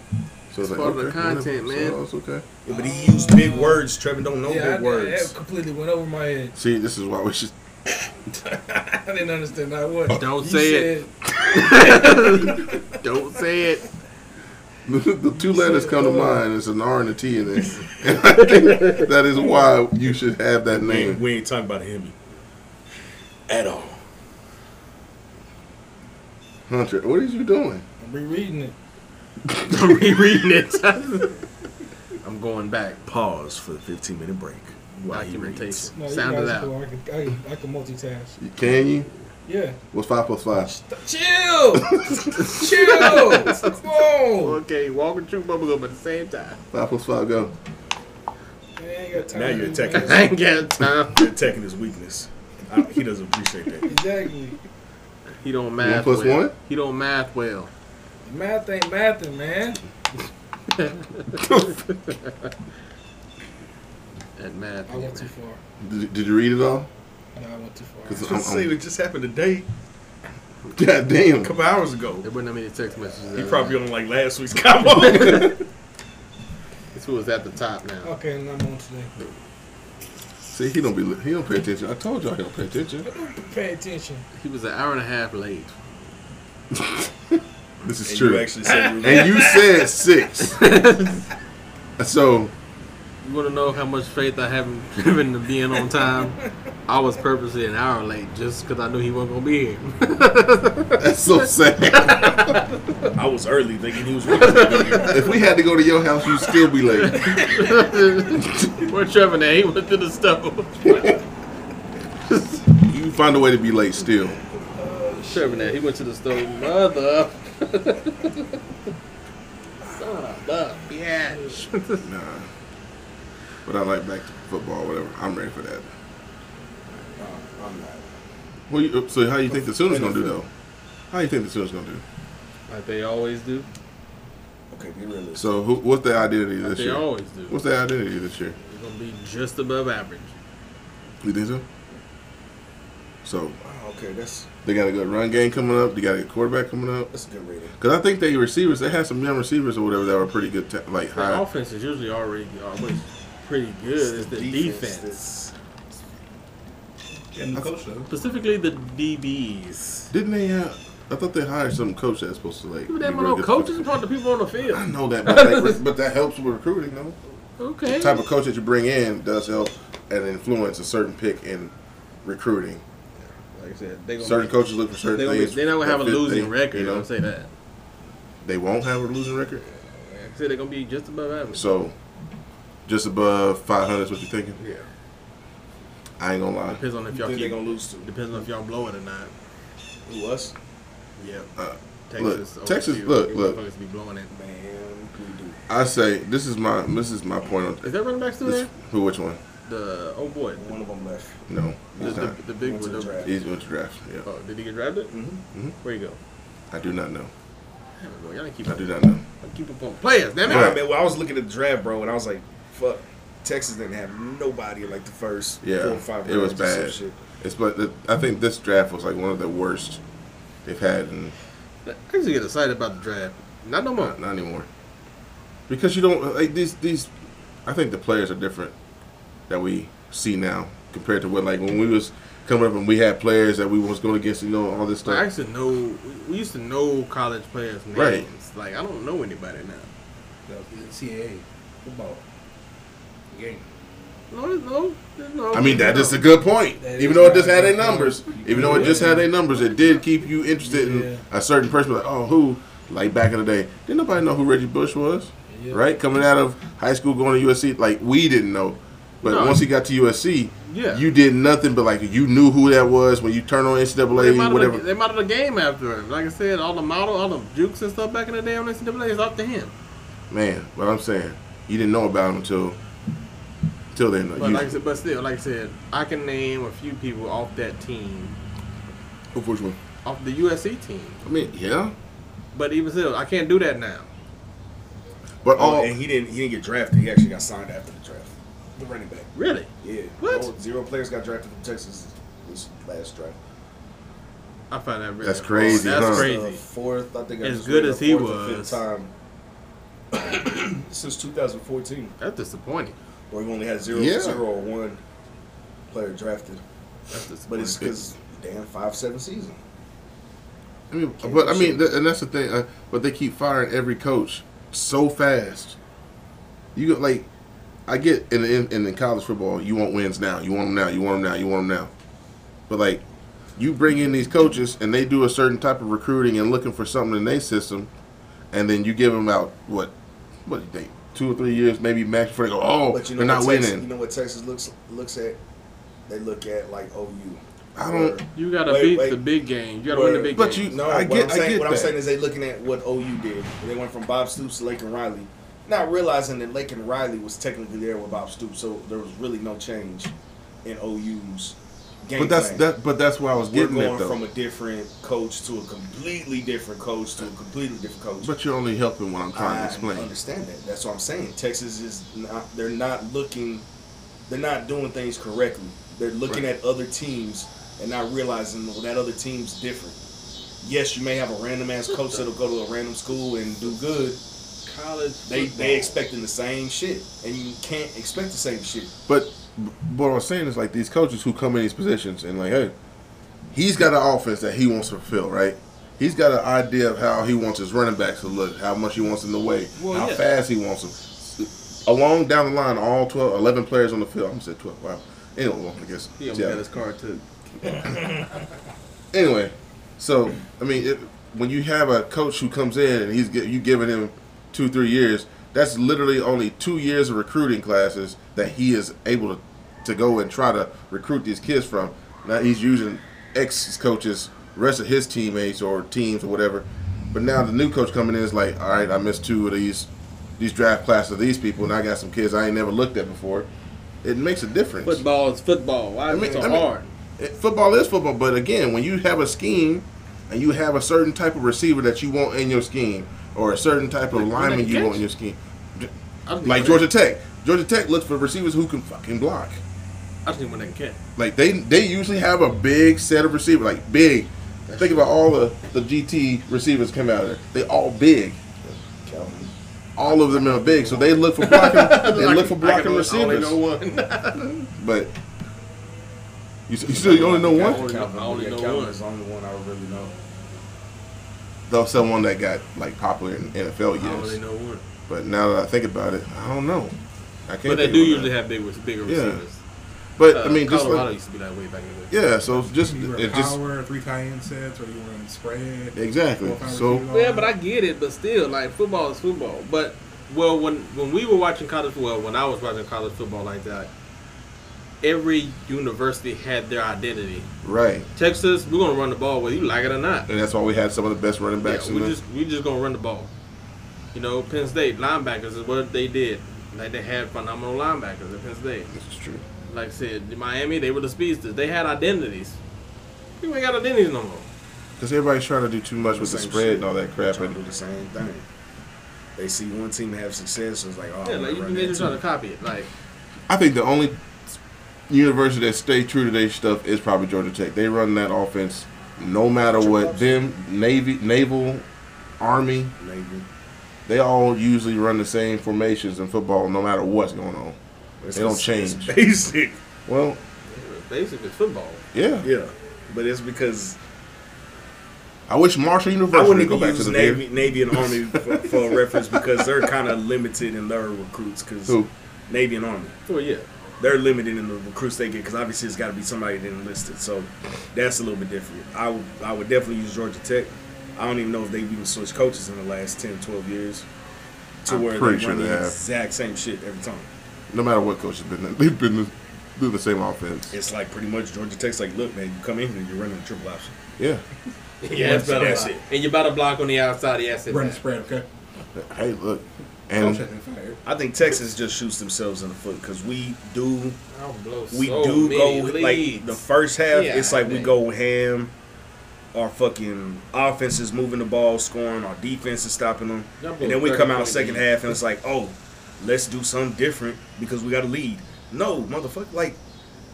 Speaker 2: So
Speaker 1: It's
Speaker 2: I was
Speaker 1: part of the content, man.
Speaker 2: So it's okay.
Speaker 5: Yeah, but he used big words. Trevin don't know
Speaker 6: Yeah, I,
Speaker 5: big words.
Speaker 6: that completely went over my head.
Speaker 2: See, this is why we should.
Speaker 6: I didn't understand that what.
Speaker 1: Don't
Speaker 6: You
Speaker 1: say it.
Speaker 6: said,
Speaker 1: Don't say it.
Speaker 2: the two letters come to mind. It's an R and a T in there. And I think that is why you should have that
Speaker 5: we, ain't,
Speaker 2: name.
Speaker 5: we ain't talking about him at all.
Speaker 2: Hunter, what is you doing?
Speaker 6: I'm rereading it.
Speaker 1: I'm rereading it. I'm going back.
Speaker 5: Pause for the 15 minute break. While he reads.
Speaker 1: Documentation.
Speaker 6: No,
Speaker 1: Sound
Speaker 6: you
Speaker 1: it
Speaker 6: guys
Speaker 1: out.
Speaker 6: cool. I can, I can, I can multitask.
Speaker 2: You- Can you?
Speaker 6: Yeah.
Speaker 2: What's five plus five?
Speaker 6: Chill. Chill. Come on.
Speaker 1: Okay, walking through bubblegum at the same time.
Speaker 2: Five plus five, go.
Speaker 6: Man, I ain't got time
Speaker 5: Now you're
Speaker 6: for this,
Speaker 5: attacking
Speaker 6: man.
Speaker 1: I ain't got time.
Speaker 5: You're attacking his weakness. I, he doesn't appreciate that.
Speaker 6: Exactly.
Speaker 1: He don't math
Speaker 2: plus
Speaker 1: well.
Speaker 2: one?
Speaker 1: He don't math well.
Speaker 6: Math ain't mathing, man.
Speaker 1: At math.
Speaker 6: I went too far.
Speaker 2: Did, did you read it all?
Speaker 6: No, I went too far.
Speaker 2: 'Cause
Speaker 5: Just see what just happened today,
Speaker 2: God
Speaker 5: a
Speaker 2: damn.
Speaker 5: couple hours ago.
Speaker 1: There wasn't that many text messages.
Speaker 5: He
Speaker 1: out
Speaker 5: probably
Speaker 1: there.
Speaker 5: on like last week's combo.
Speaker 1: This was at the top now.
Speaker 6: Okay, and I'm on today.
Speaker 2: See, he don't be li- he don't pay attention. I told y'all he don't pay attention.
Speaker 6: Pay attention.
Speaker 1: He was an hour and a half late.
Speaker 2: This is
Speaker 5: and
Speaker 2: true.
Speaker 5: you actually said you were
Speaker 2: and you said six. so
Speaker 1: You want to know how much faith I haven't given to being on time? I was purposely an hour late just because I knew he wasn't gonna be here.
Speaker 2: that's so sad.
Speaker 5: I was early thinking he was working.
Speaker 2: if we had to go to your house, you'd still be late.
Speaker 1: Where Trevor at? He went to the stove.
Speaker 2: You find a way to be late still.
Speaker 1: Trevor at? He went to the stove. Mother. Son of a bitch.
Speaker 2: Nah. But I like back to football, whatever. I'm ready for that.
Speaker 4: I'm not.
Speaker 2: Well, you, so how you think the Sooners gonna do though? How you think the Sooners gonna do?
Speaker 1: Like they always do.
Speaker 4: Okay, be realistic.
Speaker 2: So who, what's their identity
Speaker 1: Like
Speaker 2: this
Speaker 1: they
Speaker 2: year?
Speaker 1: always do.
Speaker 2: What's their identity this year?
Speaker 1: They're gonna be just above average.
Speaker 2: You think so? So
Speaker 4: Wow, okay, that's
Speaker 2: they got a good run game coming up. They got a good quarterback coming up.
Speaker 4: that's a good rating.
Speaker 2: Cause I think they receivers. They had some young receivers or whatever that were pretty good, ta- like
Speaker 1: Their
Speaker 2: high.
Speaker 1: offense is usually already always pretty good. It's, the, defense.
Speaker 4: that's-
Speaker 3: And the coach though.
Speaker 1: Specifically the DBs.
Speaker 2: Didn't they? Uh, I thought they hired some coach that's supposed to like.
Speaker 1: Give
Speaker 2: be
Speaker 1: a damn
Speaker 2: real
Speaker 1: about no
Speaker 2: good-
Speaker 1: coaches and the people on the
Speaker 2: I
Speaker 1: field.
Speaker 2: know that, but, they, but that helps with recruiting, though.
Speaker 1: Okay.
Speaker 2: The type of coach that you bring in does help and influence a certain pick in recruiting.
Speaker 1: Like I said, they gonna
Speaker 2: Certain coaches look for
Speaker 1: be,
Speaker 2: certain
Speaker 1: they gonna be,
Speaker 2: things.
Speaker 1: they're not gonna
Speaker 2: that
Speaker 1: have a
Speaker 2: fit
Speaker 1: losing
Speaker 2: thing,
Speaker 1: record.
Speaker 2: You know,
Speaker 1: I'll say that.
Speaker 2: they won't have a losing record.
Speaker 1: Like I said, they're gonna be just above average.
Speaker 2: So, just above 500 is what you're thinking.
Speaker 1: Yeah.
Speaker 2: I ain't gonna lie.
Speaker 1: Depends on if
Speaker 4: Who
Speaker 1: y'all
Speaker 4: think
Speaker 1: keep.
Speaker 4: they're gonna lose to?
Speaker 1: Depends on if y'all blow it or not.
Speaker 4: Who us?
Speaker 1: Yeah.
Speaker 2: Uh,
Speaker 1: Texas.
Speaker 2: look, Texas,
Speaker 1: OSU,
Speaker 2: look,
Speaker 1: they
Speaker 2: look.
Speaker 1: motherfuckers Be blowing it.
Speaker 4: Man, we do.
Speaker 2: I say this is my this is my point on
Speaker 1: Is that running back still
Speaker 2: this,
Speaker 1: there?
Speaker 2: who which one?
Speaker 1: The oh boy,
Speaker 4: One of them left.
Speaker 2: No,
Speaker 1: the,
Speaker 2: he's
Speaker 1: the,
Speaker 2: not.
Speaker 1: the big
Speaker 4: Went to
Speaker 1: one.
Speaker 4: the
Speaker 1: the-
Speaker 4: draft.
Speaker 2: He's went to draft. Yeah,
Speaker 3: Mm-hmm.
Speaker 1: Oh, did he get drafted?
Speaker 4: Mhm.
Speaker 1: Where you go?
Speaker 2: I I do not know.
Speaker 1: Damn it, bro. Y'all keep
Speaker 2: I
Speaker 1: up,
Speaker 2: do not know.
Speaker 1: y'all keep up on players, damn it.
Speaker 2: Right.
Speaker 4: Nah, man. Well, I was looking at the draft, bro, and I was like, fuck. Texas didn't have nobody in like the first
Speaker 2: Yeah,
Speaker 4: four or five
Speaker 2: it was
Speaker 4: rounds or some
Speaker 2: bad.
Speaker 4: shit.
Speaker 2: It's but the, I think this draft was like one of the worst they've had, in
Speaker 1: I used to get excited about the draft. Not no more.
Speaker 2: not, not anymore. Because you don't uh, like these these. I think the players are different that we see now compared to what like when we was coming up and we had players that we was going against. You know all this
Speaker 1: Like, I
Speaker 2: stuff.
Speaker 1: used to know. we- We used to know college players' names.
Speaker 2: Right.
Speaker 1: Like I don't know anybody now.
Speaker 3: CAA football game.
Speaker 1: No, there's no, there's no.
Speaker 2: I mean that
Speaker 1: no.
Speaker 2: is a good point.
Speaker 6: That
Speaker 2: Even
Speaker 6: is
Speaker 2: though it just
Speaker 6: right.
Speaker 2: had their numbers, even though it just had their numbers, it did keep you interested
Speaker 6: Yeah.
Speaker 2: in a certain person. Like oh, who? Like back in the day, didn't nobody know who Reggie Bush was?
Speaker 6: Yeah.
Speaker 2: right? Coming out of high school, going to USC, like we didn't know. But
Speaker 1: No.
Speaker 2: once he got to USC,
Speaker 1: Yeah.
Speaker 2: you did nothing but like you knew who that was when you turned on
Speaker 1: They
Speaker 2: NCAA,
Speaker 1: modeled,
Speaker 2: whatever.
Speaker 1: the, they modeled the game after him. Like I said, all the model, all the jukes and stuff back in the day on NCAA is after him.
Speaker 2: Man, but I'm saying you didn't know about him until until then.
Speaker 1: But
Speaker 2: you,
Speaker 1: like I said, but still, like I said, I can name a few people off that team,
Speaker 2: which one?
Speaker 1: off the USC team.
Speaker 2: I mean, yeah,
Speaker 1: But even still, I can't do that now.
Speaker 2: but um,
Speaker 4: Oh,
Speaker 2: all
Speaker 4: and he didn't. He didn't get drafted. He actually got signed after the draft. The running back.
Speaker 1: Really,
Speaker 4: Yeah.
Speaker 1: What?
Speaker 4: No, zero players got drafted from Texas this last draft.
Speaker 1: I find that really
Speaker 2: That's crazy,
Speaker 1: That's
Speaker 2: huh?
Speaker 4: Uh,
Speaker 1: crazy.
Speaker 4: fourth, I think. I
Speaker 1: As
Speaker 4: just
Speaker 1: good
Speaker 4: read
Speaker 1: as
Speaker 4: the
Speaker 1: he
Speaker 4: fourth or
Speaker 1: was.
Speaker 4: Fifth time since 2014,
Speaker 1: That's disappointing.
Speaker 4: where we only had zero,
Speaker 2: Yeah.
Speaker 4: zero or one player drafted.
Speaker 1: That's disappointing.
Speaker 4: But it's because damn five seven season.
Speaker 2: I mean, but I mean, th- and that's the thing. Uh, but they keep firing every coach so fast. You go like, I get in in, in in college football, you want wins now, you want them now, you want them now, you want them now. But like, you bring in these coaches and they do a certain type of recruiting and looking for something in their system, and then you give them out what, what do you think, two or three years maybe max before they go, oh,
Speaker 4: But you know
Speaker 2: they're not
Speaker 4: what Texas,
Speaker 2: winning.
Speaker 4: You know what Texas looks looks at? They look at like OU.
Speaker 2: I don't.
Speaker 1: you gotta
Speaker 4: Wait,
Speaker 1: beat
Speaker 4: wait.
Speaker 1: the big game. You gotta win
Speaker 4: Wait,
Speaker 1: the big
Speaker 2: but
Speaker 1: game.
Speaker 2: you-
Speaker 4: No,
Speaker 2: I
Speaker 4: what,
Speaker 2: get-
Speaker 4: I'm
Speaker 2: I
Speaker 4: saying,
Speaker 2: get
Speaker 4: what I'm
Speaker 2: that.
Speaker 4: saying is they looking at what OU did. They went from Bob Stoops to Lake and Riley, not realizing that Lake and Riley was technically there with Bob Stoops, so there was really no change in OU's game
Speaker 2: But that's
Speaker 4: plan.
Speaker 2: that. But that's where I was
Speaker 4: We're
Speaker 2: getting
Speaker 4: going
Speaker 2: at
Speaker 4: from a
Speaker 2: though.
Speaker 4: different coach to a completely different coach to a completely different coach.
Speaker 2: But you're only helping what I'm trying to explain.
Speaker 4: I understand that. That's what I'm saying. Texas is not. They're not looking. They're not doing things correctly. They're looking at other teams and not realizing well, that other team's different. Yes, you may have a random ass coach that'll go to a random school and do good.
Speaker 1: College.
Speaker 4: They
Speaker 1: football.
Speaker 4: they expecting the same shit, and you can't expect the same shit.
Speaker 2: But what I'm saying is like these coaches who come in these positions and like, hey, he's got an offense that he wants to fulfill, right? He's got an idea of how he wants his running backs to look, how much he wants them to weigh,
Speaker 1: Well,
Speaker 2: how
Speaker 1: yeah.
Speaker 2: fast he wants them. Along down the line, all 12, 11 players on the field. I'm said 12. Wow. Anyway, well, I guess.
Speaker 1: He almost
Speaker 2: yeah.
Speaker 1: got his card too.
Speaker 2: Anyway, so I mean, it, when you have a coach who comes in and he's gi- you giving him two three years, that's literally only two years of recruiting classes that he is able to, to go and try to recruit these kids from. Now he's using ex coaches, rest of his teammates or teams or whatever. But now the new coach coming in is like, all right, I missed two of these these draft classes of these people, and I got some kids I ain't never looked at before. It makes a difference.
Speaker 1: Football is football. Why is
Speaker 2: I mean-
Speaker 1: it so
Speaker 2: I mean-
Speaker 1: hard?
Speaker 2: It- football is football, but again, when you have a scheme and you have a certain type of receiver that you want in your scheme, or a certain type of
Speaker 1: Like,
Speaker 2: lineman
Speaker 1: like
Speaker 2: you
Speaker 1: catch.
Speaker 2: want in your scheme,
Speaker 1: I just need
Speaker 2: like
Speaker 1: one
Speaker 2: Georgia Tech. Georgia Tech looks for receivers who can fucking block.
Speaker 1: that- I just need one that can catch.
Speaker 2: Like they they usually have a big set of receivers, like big. Think about all the the GT receivers come out of there. They all big.
Speaker 4: Calvin.
Speaker 2: All of them are big, so they look for blocking. They
Speaker 1: I
Speaker 2: look
Speaker 1: can-
Speaker 2: for
Speaker 1: I can
Speaker 2: blocking
Speaker 1: only know
Speaker 2: receivers.
Speaker 1: one.
Speaker 2: But you, s- you still you only know one.
Speaker 1: only know-
Speaker 4: Calvin,
Speaker 1: I only
Speaker 4: yeah,
Speaker 1: know
Speaker 4: Calvin
Speaker 1: one.
Speaker 4: is the only one I really know.
Speaker 2: though someone that got like popular in NFL
Speaker 1: I only
Speaker 2: years.
Speaker 1: know one.
Speaker 2: But now that I think about it, I don't know. I can't.
Speaker 1: But they
Speaker 2: think
Speaker 1: do
Speaker 2: of
Speaker 1: usually
Speaker 2: that.
Speaker 1: have big, bigger
Speaker 2: Yeah.
Speaker 1: receivers.
Speaker 2: But
Speaker 1: Uh,
Speaker 2: I mean, just
Speaker 1: Colorado
Speaker 2: like,
Speaker 1: used to be that way back in the day.
Speaker 2: yeah. So just
Speaker 3: You run
Speaker 2: it just
Speaker 3: power, three tie end sets, or you run spread.
Speaker 2: exactly.
Speaker 3: four, five
Speaker 2: So
Speaker 3: receivers
Speaker 1: Yeah,
Speaker 3: on.
Speaker 1: but I get it. But still, like football is football. But well, when when we were watching college, well, when I was watching college football like that, every university had their identity.
Speaker 2: right,
Speaker 1: Texas, we're gonna run the ball whether you like it or not.
Speaker 2: and that's why we had some of the best running
Speaker 1: Yeah,
Speaker 2: backs
Speaker 1: we
Speaker 2: in the.
Speaker 1: just we just gonna run the ball. You know, Penn State linebackers is what they did. Like they had phenomenal linebackers at Penn State.
Speaker 2: this is true.
Speaker 1: Like I said, Miami, they were the speedsters. They had identities. People ain't got identities no more.
Speaker 2: Because everybody's trying to do too much with the
Speaker 4: Same
Speaker 2: spread
Speaker 4: shit.
Speaker 2: and all that crap.
Speaker 4: Trying
Speaker 2: And
Speaker 4: to do the same thing. They see one team have success, so it's like, oh,
Speaker 1: Yeah, like you
Speaker 4: need
Speaker 1: niggas trying to copy it. Like
Speaker 2: I think the only university that stay true to their stuff is probably Georgia Tech. They run that offense no matter what. Them Navy, Naval, Army,
Speaker 4: Maybe.
Speaker 2: they all usually run the same formations in football no matter what's going on. They don't change.
Speaker 5: Basic.
Speaker 2: Well,
Speaker 1: basically football.
Speaker 2: yeah.
Speaker 4: Yeah, but it's because
Speaker 2: I wish Marshall
Speaker 4: I
Speaker 2: University
Speaker 4: wouldn't
Speaker 2: would go back to
Speaker 4: use
Speaker 2: the
Speaker 4: Navy,
Speaker 2: beer.
Speaker 4: Navy and Army for, for a reference because they're kind of limited in their recruits. Because
Speaker 2: Who?
Speaker 4: Navy and Army,
Speaker 1: Well, yeah.
Speaker 4: they're limited in the recruits they get because obviously it's got to be somebody that enlisted. So that's a little bit different. I would I would definitely use Georgia Tech. I don't even know if they've even switched coaches in the last 10, 12 years to
Speaker 2: I'm
Speaker 4: where they
Speaker 2: pretty sure
Speaker 4: run
Speaker 2: they
Speaker 4: the
Speaker 2: have.
Speaker 4: exact same shit every time.
Speaker 2: No matter what coach has been there, they've been doing the same offense.
Speaker 4: It's like pretty much Georgia Tech's like, look, man, you come in here, you're running a triple option.
Speaker 2: Yeah.
Speaker 1: Yeah, that's better.
Speaker 4: That's it.
Speaker 1: And you about to block on the outside. Yeah, that's it.
Speaker 3: Run the spread, okay?
Speaker 2: Hey, look.
Speaker 3: Coach
Speaker 2: And
Speaker 3: has been fired.
Speaker 4: I think Texas just shoots themselves in the foot because we do
Speaker 1: I'll blow
Speaker 4: we
Speaker 1: so
Speaker 4: do
Speaker 1: many
Speaker 4: go like
Speaker 1: leads.
Speaker 4: the first half.
Speaker 1: Yeah,
Speaker 4: it's like we
Speaker 1: man.
Speaker 4: go ham. Our fucking offense is moving the ball, scoring. Our defense is stopping them,
Speaker 1: Y'all
Speaker 4: and
Speaker 1: blew
Speaker 4: then we come out
Speaker 1: 30
Speaker 4: second
Speaker 1: lead.
Speaker 4: half and it's like, oh, let's do something different because we got a lead. No, motherfucker, like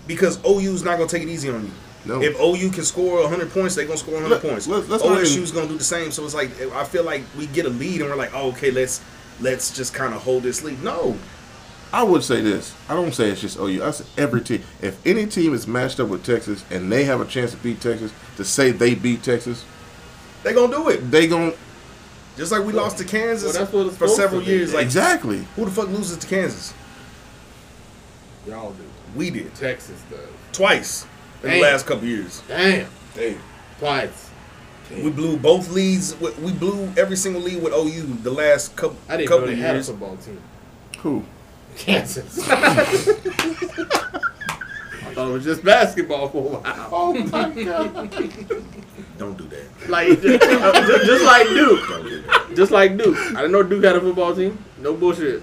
Speaker 4: because OU's not gonna take it easy on you.
Speaker 2: no.
Speaker 4: If OU can score 100 points, they gonna score 100
Speaker 2: Oh. Let-
Speaker 4: points.
Speaker 2: let's- let's not even-
Speaker 4: OSU's gonna do the same. So it's like I feel like we get a lead and we're like, oh, okay, let's let's just kind of hold this lead. No,
Speaker 2: I would say this. I don't say it's just OU. I say every team. If any team is matched up with Texas and they have a chance to beat Texas, to say they beat Texas,
Speaker 4: they gonna do it.
Speaker 2: they gon'
Speaker 4: Just like we lost to
Speaker 1: Well,
Speaker 4: Kansas
Speaker 1: that's what it's
Speaker 4: for
Speaker 1: supposed
Speaker 4: several
Speaker 1: to be.
Speaker 4: years. Like
Speaker 2: exactly.
Speaker 4: who the fuck loses to Kansas?
Speaker 6: Y'all do.
Speaker 4: We did
Speaker 1: Texas though.
Speaker 4: twice in
Speaker 1: Damn.
Speaker 4: the last couple years.
Speaker 1: Damn.
Speaker 3: Damn.
Speaker 1: Twice.
Speaker 4: We blew both leads. We we blew every single lead with OU the last couple
Speaker 1: I didn't
Speaker 4: couple
Speaker 1: know they
Speaker 4: of
Speaker 1: had a
Speaker 4: years.
Speaker 1: football team.
Speaker 2: Who?
Speaker 1: Kansas. I thought it was just basketball for a while. Oh my god!
Speaker 4: Don't do that.
Speaker 1: Like just, just, just like Duke,
Speaker 4: Don't do that.
Speaker 1: just like Duke. I didn't know Duke had a football team. No bullshit.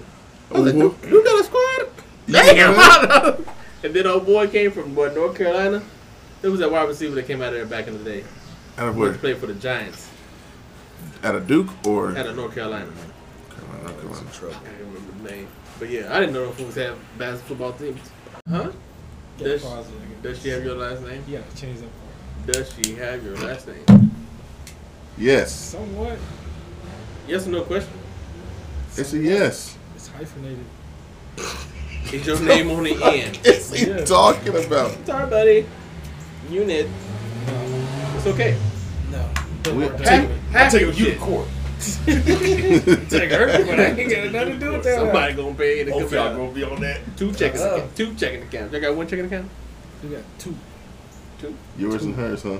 Speaker 1: I was like,
Speaker 2: Ooh.
Speaker 1: Duke, Duke got a squad. Damn. and then old boy came from what North Carolina. It was that wide receiver that came out of there back in the day.
Speaker 2: Out of
Speaker 1: He
Speaker 2: where?
Speaker 1: played for the Giants
Speaker 2: Out of Duke or?
Speaker 1: out of North Carolina.
Speaker 2: Carolina,
Speaker 4: That's some
Speaker 2: Carolina.
Speaker 4: trouble.
Speaker 1: I can't remember the name, but yeah, I didn't know no fools have basketball teams. Huh?
Speaker 6: Get
Speaker 1: Does,
Speaker 6: positive, nigga.
Speaker 1: does she have your last name?
Speaker 6: You gotta change that part.
Speaker 1: Does she have your last name?
Speaker 2: Yes.
Speaker 6: Somewhat.
Speaker 1: Yes or no question.
Speaker 2: It's a yes.
Speaker 6: It's hyphenated.
Speaker 1: Is your name on the end?
Speaker 2: It's he
Speaker 6: Yeah.
Speaker 2: talking about?
Speaker 1: Sorry, buddy. Unit. It's okay.
Speaker 6: No.
Speaker 2: We-
Speaker 1: Half, half
Speaker 4: Take
Speaker 1: your
Speaker 4: you to
Speaker 1: shit.
Speaker 4: court.
Speaker 6: Take her, but I ain't got nothing to do with that.
Speaker 1: Somebody gonna pay it.
Speaker 4: Hopefully y'all gonna be on that.
Speaker 1: Two checking
Speaker 2: Uh-huh.
Speaker 6: Uh-uh.
Speaker 1: account. Two checking accounts. Y'all got one checking account?
Speaker 6: We got two.
Speaker 2: Yours and hers, huh?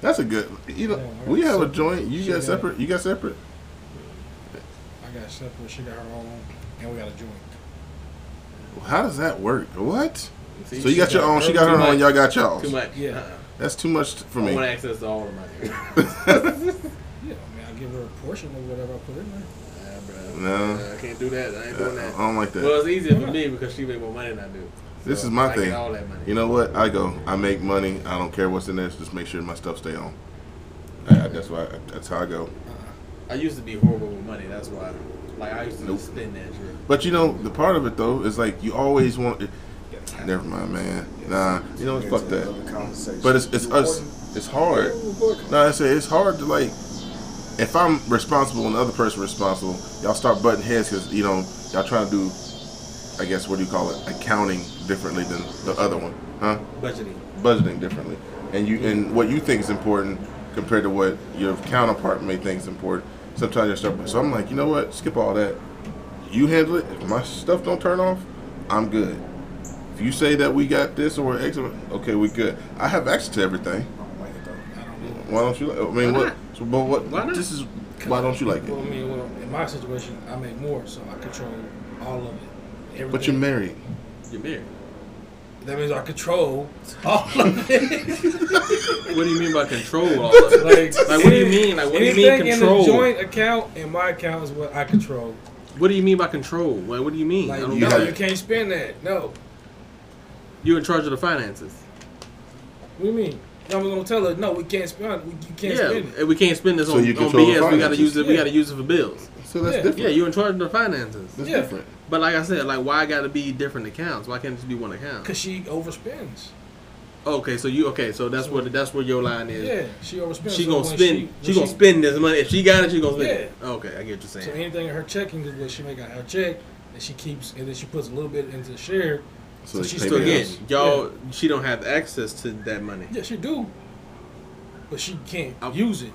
Speaker 2: That's a good. You know,
Speaker 6: Yeah,
Speaker 2: we have a
Speaker 6: separate.
Speaker 2: joint. You
Speaker 6: She
Speaker 2: got
Speaker 6: got-
Speaker 2: separate. You got separate.
Speaker 6: I got separate. She got her own, and we got a joint.
Speaker 2: How does that work? What?
Speaker 1: See,
Speaker 2: so you got
Speaker 6: she
Speaker 2: your
Speaker 6: got
Speaker 2: own. She
Speaker 6: her
Speaker 2: got
Speaker 1: too
Speaker 2: her own.
Speaker 1: much.
Speaker 2: Y'all got y'all.
Speaker 1: too much.
Speaker 6: Yeah.
Speaker 1: Uh-uh.
Speaker 2: That's too much for
Speaker 1: I want
Speaker 2: me.
Speaker 1: access to all of my money. Nah,
Speaker 6: Yeah, I mean, I give her a portion of whatever I put in there.
Speaker 1: bruh.
Speaker 2: No. Uh,
Speaker 1: Nah, I can't do that. I ain't doing
Speaker 2: I
Speaker 1: that.
Speaker 2: don't like
Speaker 1: Well,
Speaker 2: that.
Speaker 1: it's easier for me because she made more money than I do.
Speaker 2: This
Speaker 1: So
Speaker 2: is my
Speaker 1: I
Speaker 2: thing.
Speaker 1: Get all that money.
Speaker 2: You know what? I go. I make money. I don't care what's in there. So just make sure my stuff stay on. I, I- that's why. That's how I go.
Speaker 1: I used to be horrible with money. That's why. Like I used to
Speaker 2: Nope.
Speaker 1: just spend that shit.
Speaker 2: But you know, the part of it though is like you always want. Never mind, man. Nah, you know, fuck that. But it's it's us. It's hard. No, I say it's hard to like. If I'm responsible and the other person responsible, y'all start butting heads because you know y'all trying to do. I guess what do you call it? Accounting differently than the other one, huh?
Speaker 1: Budgeting.
Speaker 2: Budgeting differently, and you and what you think is important compared to what your counterpart may think is important. Sometimes you start. So I'm like, you know what? Skip all that. You handle it. If my stuff don't turn off, I'm good. If you say that we got this or X, okay, we good. I have access to everything.
Speaker 4: I don't like it though.
Speaker 2: Why don't you? Like, I mean,
Speaker 1: Why
Speaker 2: what?
Speaker 1: not?
Speaker 2: So, but what?
Speaker 1: Why not?
Speaker 2: This is why don't you like
Speaker 6: Well, I
Speaker 2: it?
Speaker 6: mean, well, in my situation, I make more, so I control all of it. Everything.
Speaker 2: But you're married.
Speaker 1: You're married.
Speaker 6: That means I control all of it.
Speaker 1: What do you mean by control? All of it?
Speaker 6: like,
Speaker 1: Like, what do you mean? Like, what do you mean
Speaker 6: anything
Speaker 1: control?
Speaker 6: in the joint account and my account is what I control.
Speaker 1: What do you mean by control? Like, what do you mean? I
Speaker 6: Like,
Speaker 1: don't
Speaker 2: you
Speaker 6: no,
Speaker 1: know.
Speaker 2: have-
Speaker 6: you can't spend that. No.
Speaker 1: You're in charge of the finances.
Speaker 6: What do you mean? I was gonna tell her, no, we can't spend. We, you can't
Speaker 1: yeah,
Speaker 6: spend it.
Speaker 1: and we can't spend this
Speaker 2: So
Speaker 1: on,
Speaker 2: you
Speaker 1: on
Speaker 2: control the
Speaker 1: BS. We gotta
Speaker 2: finances.
Speaker 1: use it. We
Speaker 6: Yeah.
Speaker 1: gotta use it for bills.
Speaker 2: So that's
Speaker 6: Yeah.
Speaker 2: different.
Speaker 1: Yeah, you're in charge of the finances.
Speaker 2: That's
Speaker 6: Yeah.
Speaker 2: different.
Speaker 1: But like I said, like why gotta be different accounts? Why can't it just be one account?
Speaker 6: Cause she overspends.
Speaker 1: Okay, so you okay? So that's where the, that's where your line is.
Speaker 6: Yeah, she overspends.
Speaker 1: She
Speaker 6: So
Speaker 1: gonna
Speaker 6: when
Speaker 1: spend. She,
Speaker 6: when
Speaker 1: gonna spend this money. If she got it, she gonna spend
Speaker 6: Yeah.
Speaker 1: it. Okay, I get what you're saying.
Speaker 6: So anything in her checking is what she make out her check, and she keeps, and then she puts a little bit into the share.
Speaker 2: So,
Speaker 6: So
Speaker 2: they
Speaker 6: she's
Speaker 2: pay
Speaker 1: So
Speaker 6: Yeah.
Speaker 1: again,
Speaker 2: bills.
Speaker 1: y'all, she don't have access to that money.
Speaker 6: Yeah, she do, but she can't
Speaker 1: I-
Speaker 6: use it.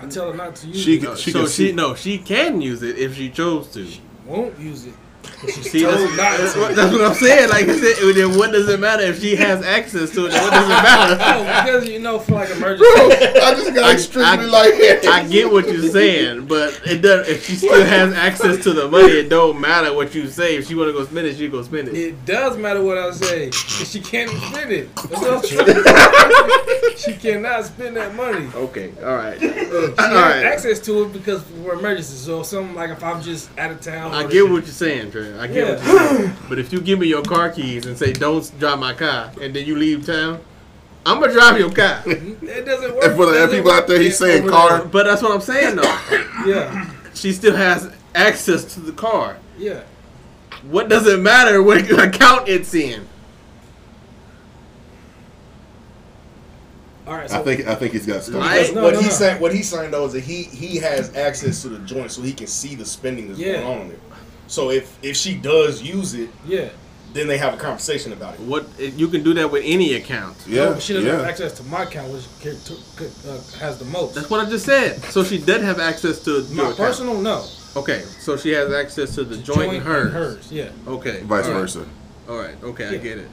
Speaker 6: I tell her not to use
Speaker 2: She
Speaker 6: it.
Speaker 2: can-
Speaker 1: No,
Speaker 2: she
Speaker 1: Uh, so she
Speaker 2: see-
Speaker 1: no, she can use it if she chose to.
Speaker 6: She won't use it. But she's
Speaker 1: See, that's,
Speaker 6: told not
Speaker 1: that's
Speaker 6: to.
Speaker 1: what, that's what I'm saying. Like, you said, then what does it matter if she has access to it? Then what does it matter?
Speaker 6: No, because you know, for like emergency,
Speaker 2: I just got
Speaker 1: I- I-
Speaker 2: extremely like
Speaker 1: I get what you're saying, but it does. If she still has access to the money, it don't matter what you say. If she want to go spend it, she go spend it.
Speaker 6: it does matter what I say. 'cause She can't spend it. That's what I'm trying to- she cannot spend that money.
Speaker 1: Okay, all right,
Speaker 6: She
Speaker 1: all
Speaker 6: has
Speaker 1: right.
Speaker 6: access to it because for emergencies. So if something like if I'm just out of town,
Speaker 1: I
Speaker 6: or
Speaker 1: get
Speaker 6: shit,
Speaker 1: what you're saying, Trey. I get what
Speaker 6: Yeah.
Speaker 1: you're saying. But if you give me your car keys and say, don't drive my car, and then you leave town, I'm going to drive your car.
Speaker 6: it doesn't work.
Speaker 2: And for the
Speaker 6: Doesn't
Speaker 2: people out there, he's
Speaker 6: work.
Speaker 2: saying car.
Speaker 1: But that's what I'm saying, though.
Speaker 6: Yeah,
Speaker 1: She still has access to the car.
Speaker 6: yeah.
Speaker 1: What does it matter what account it's in?
Speaker 6: All right. So
Speaker 2: I think I think he's got stuff.
Speaker 1: Right.
Speaker 4: Because
Speaker 6: No,
Speaker 4: what
Speaker 6: no,
Speaker 4: he
Speaker 6: no.
Speaker 4: said, what he signed though, is that he he has access to the joint, so he can see the spending that's
Speaker 6: Yeah.
Speaker 4: going on there. So if if she does use it,
Speaker 6: yeah.
Speaker 4: then they have a conversation about it.
Speaker 1: What you can do that with any account.
Speaker 6: No,
Speaker 2: Yeah,
Speaker 6: but Oh, she doesn't have
Speaker 2: yeah.
Speaker 6: access to my account, which ca- to- ca- uh, has the most.
Speaker 1: That's what I just said. So she does have access to your
Speaker 6: my
Speaker 1: account.
Speaker 6: personal, no.
Speaker 1: Okay, so she has access to the
Speaker 6: The
Speaker 1: joint, and hers.
Speaker 6: and hers. Yeah.
Speaker 1: Okay,
Speaker 2: Vice
Speaker 1: all right.
Speaker 2: versa,
Speaker 1: All right, okay, I
Speaker 6: Yeah.
Speaker 1: get it.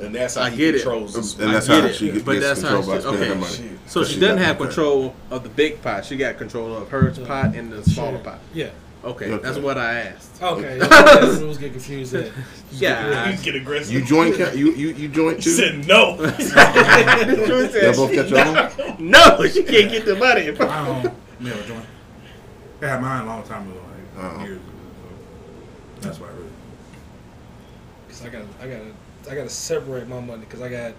Speaker 4: And that's how
Speaker 1: I
Speaker 4: he
Speaker 1: get it.
Speaker 4: controls the spending.
Speaker 2: and that's
Speaker 1: I get
Speaker 2: how
Speaker 1: it,
Speaker 2: she gets
Speaker 1: but that's how
Speaker 2: control by
Speaker 1: she-
Speaker 2: spending her
Speaker 1: okay.
Speaker 2: money.
Speaker 1: So she,
Speaker 2: She
Speaker 1: doesn't
Speaker 2: got
Speaker 1: have
Speaker 2: that.
Speaker 1: control of the big pot. She got control of her
Speaker 6: The
Speaker 1: pot and the smaller pot.
Speaker 6: Yeah.
Speaker 1: Okay,
Speaker 2: Okay.
Speaker 1: that's what I asked.
Speaker 6: Okay. yeah, that's rules get confused. At.
Speaker 1: Yeah.
Speaker 4: You get aggressive.
Speaker 2: You joint ca- you you you joint
Speaker 4: He
Speaker 2: too.
Speaker 4: said no.
Speaker 2: Y'all both got your own.
Speaker 1: I- no, she can't get the money.
Speaker 3: I don't never joined. I had mine a long time ago, like
Speaker 2: Uh-huh.
Speaker 3: years ago. So that's why I really.
Speaker 6: Cause I got, I got, I got to separate my money because I got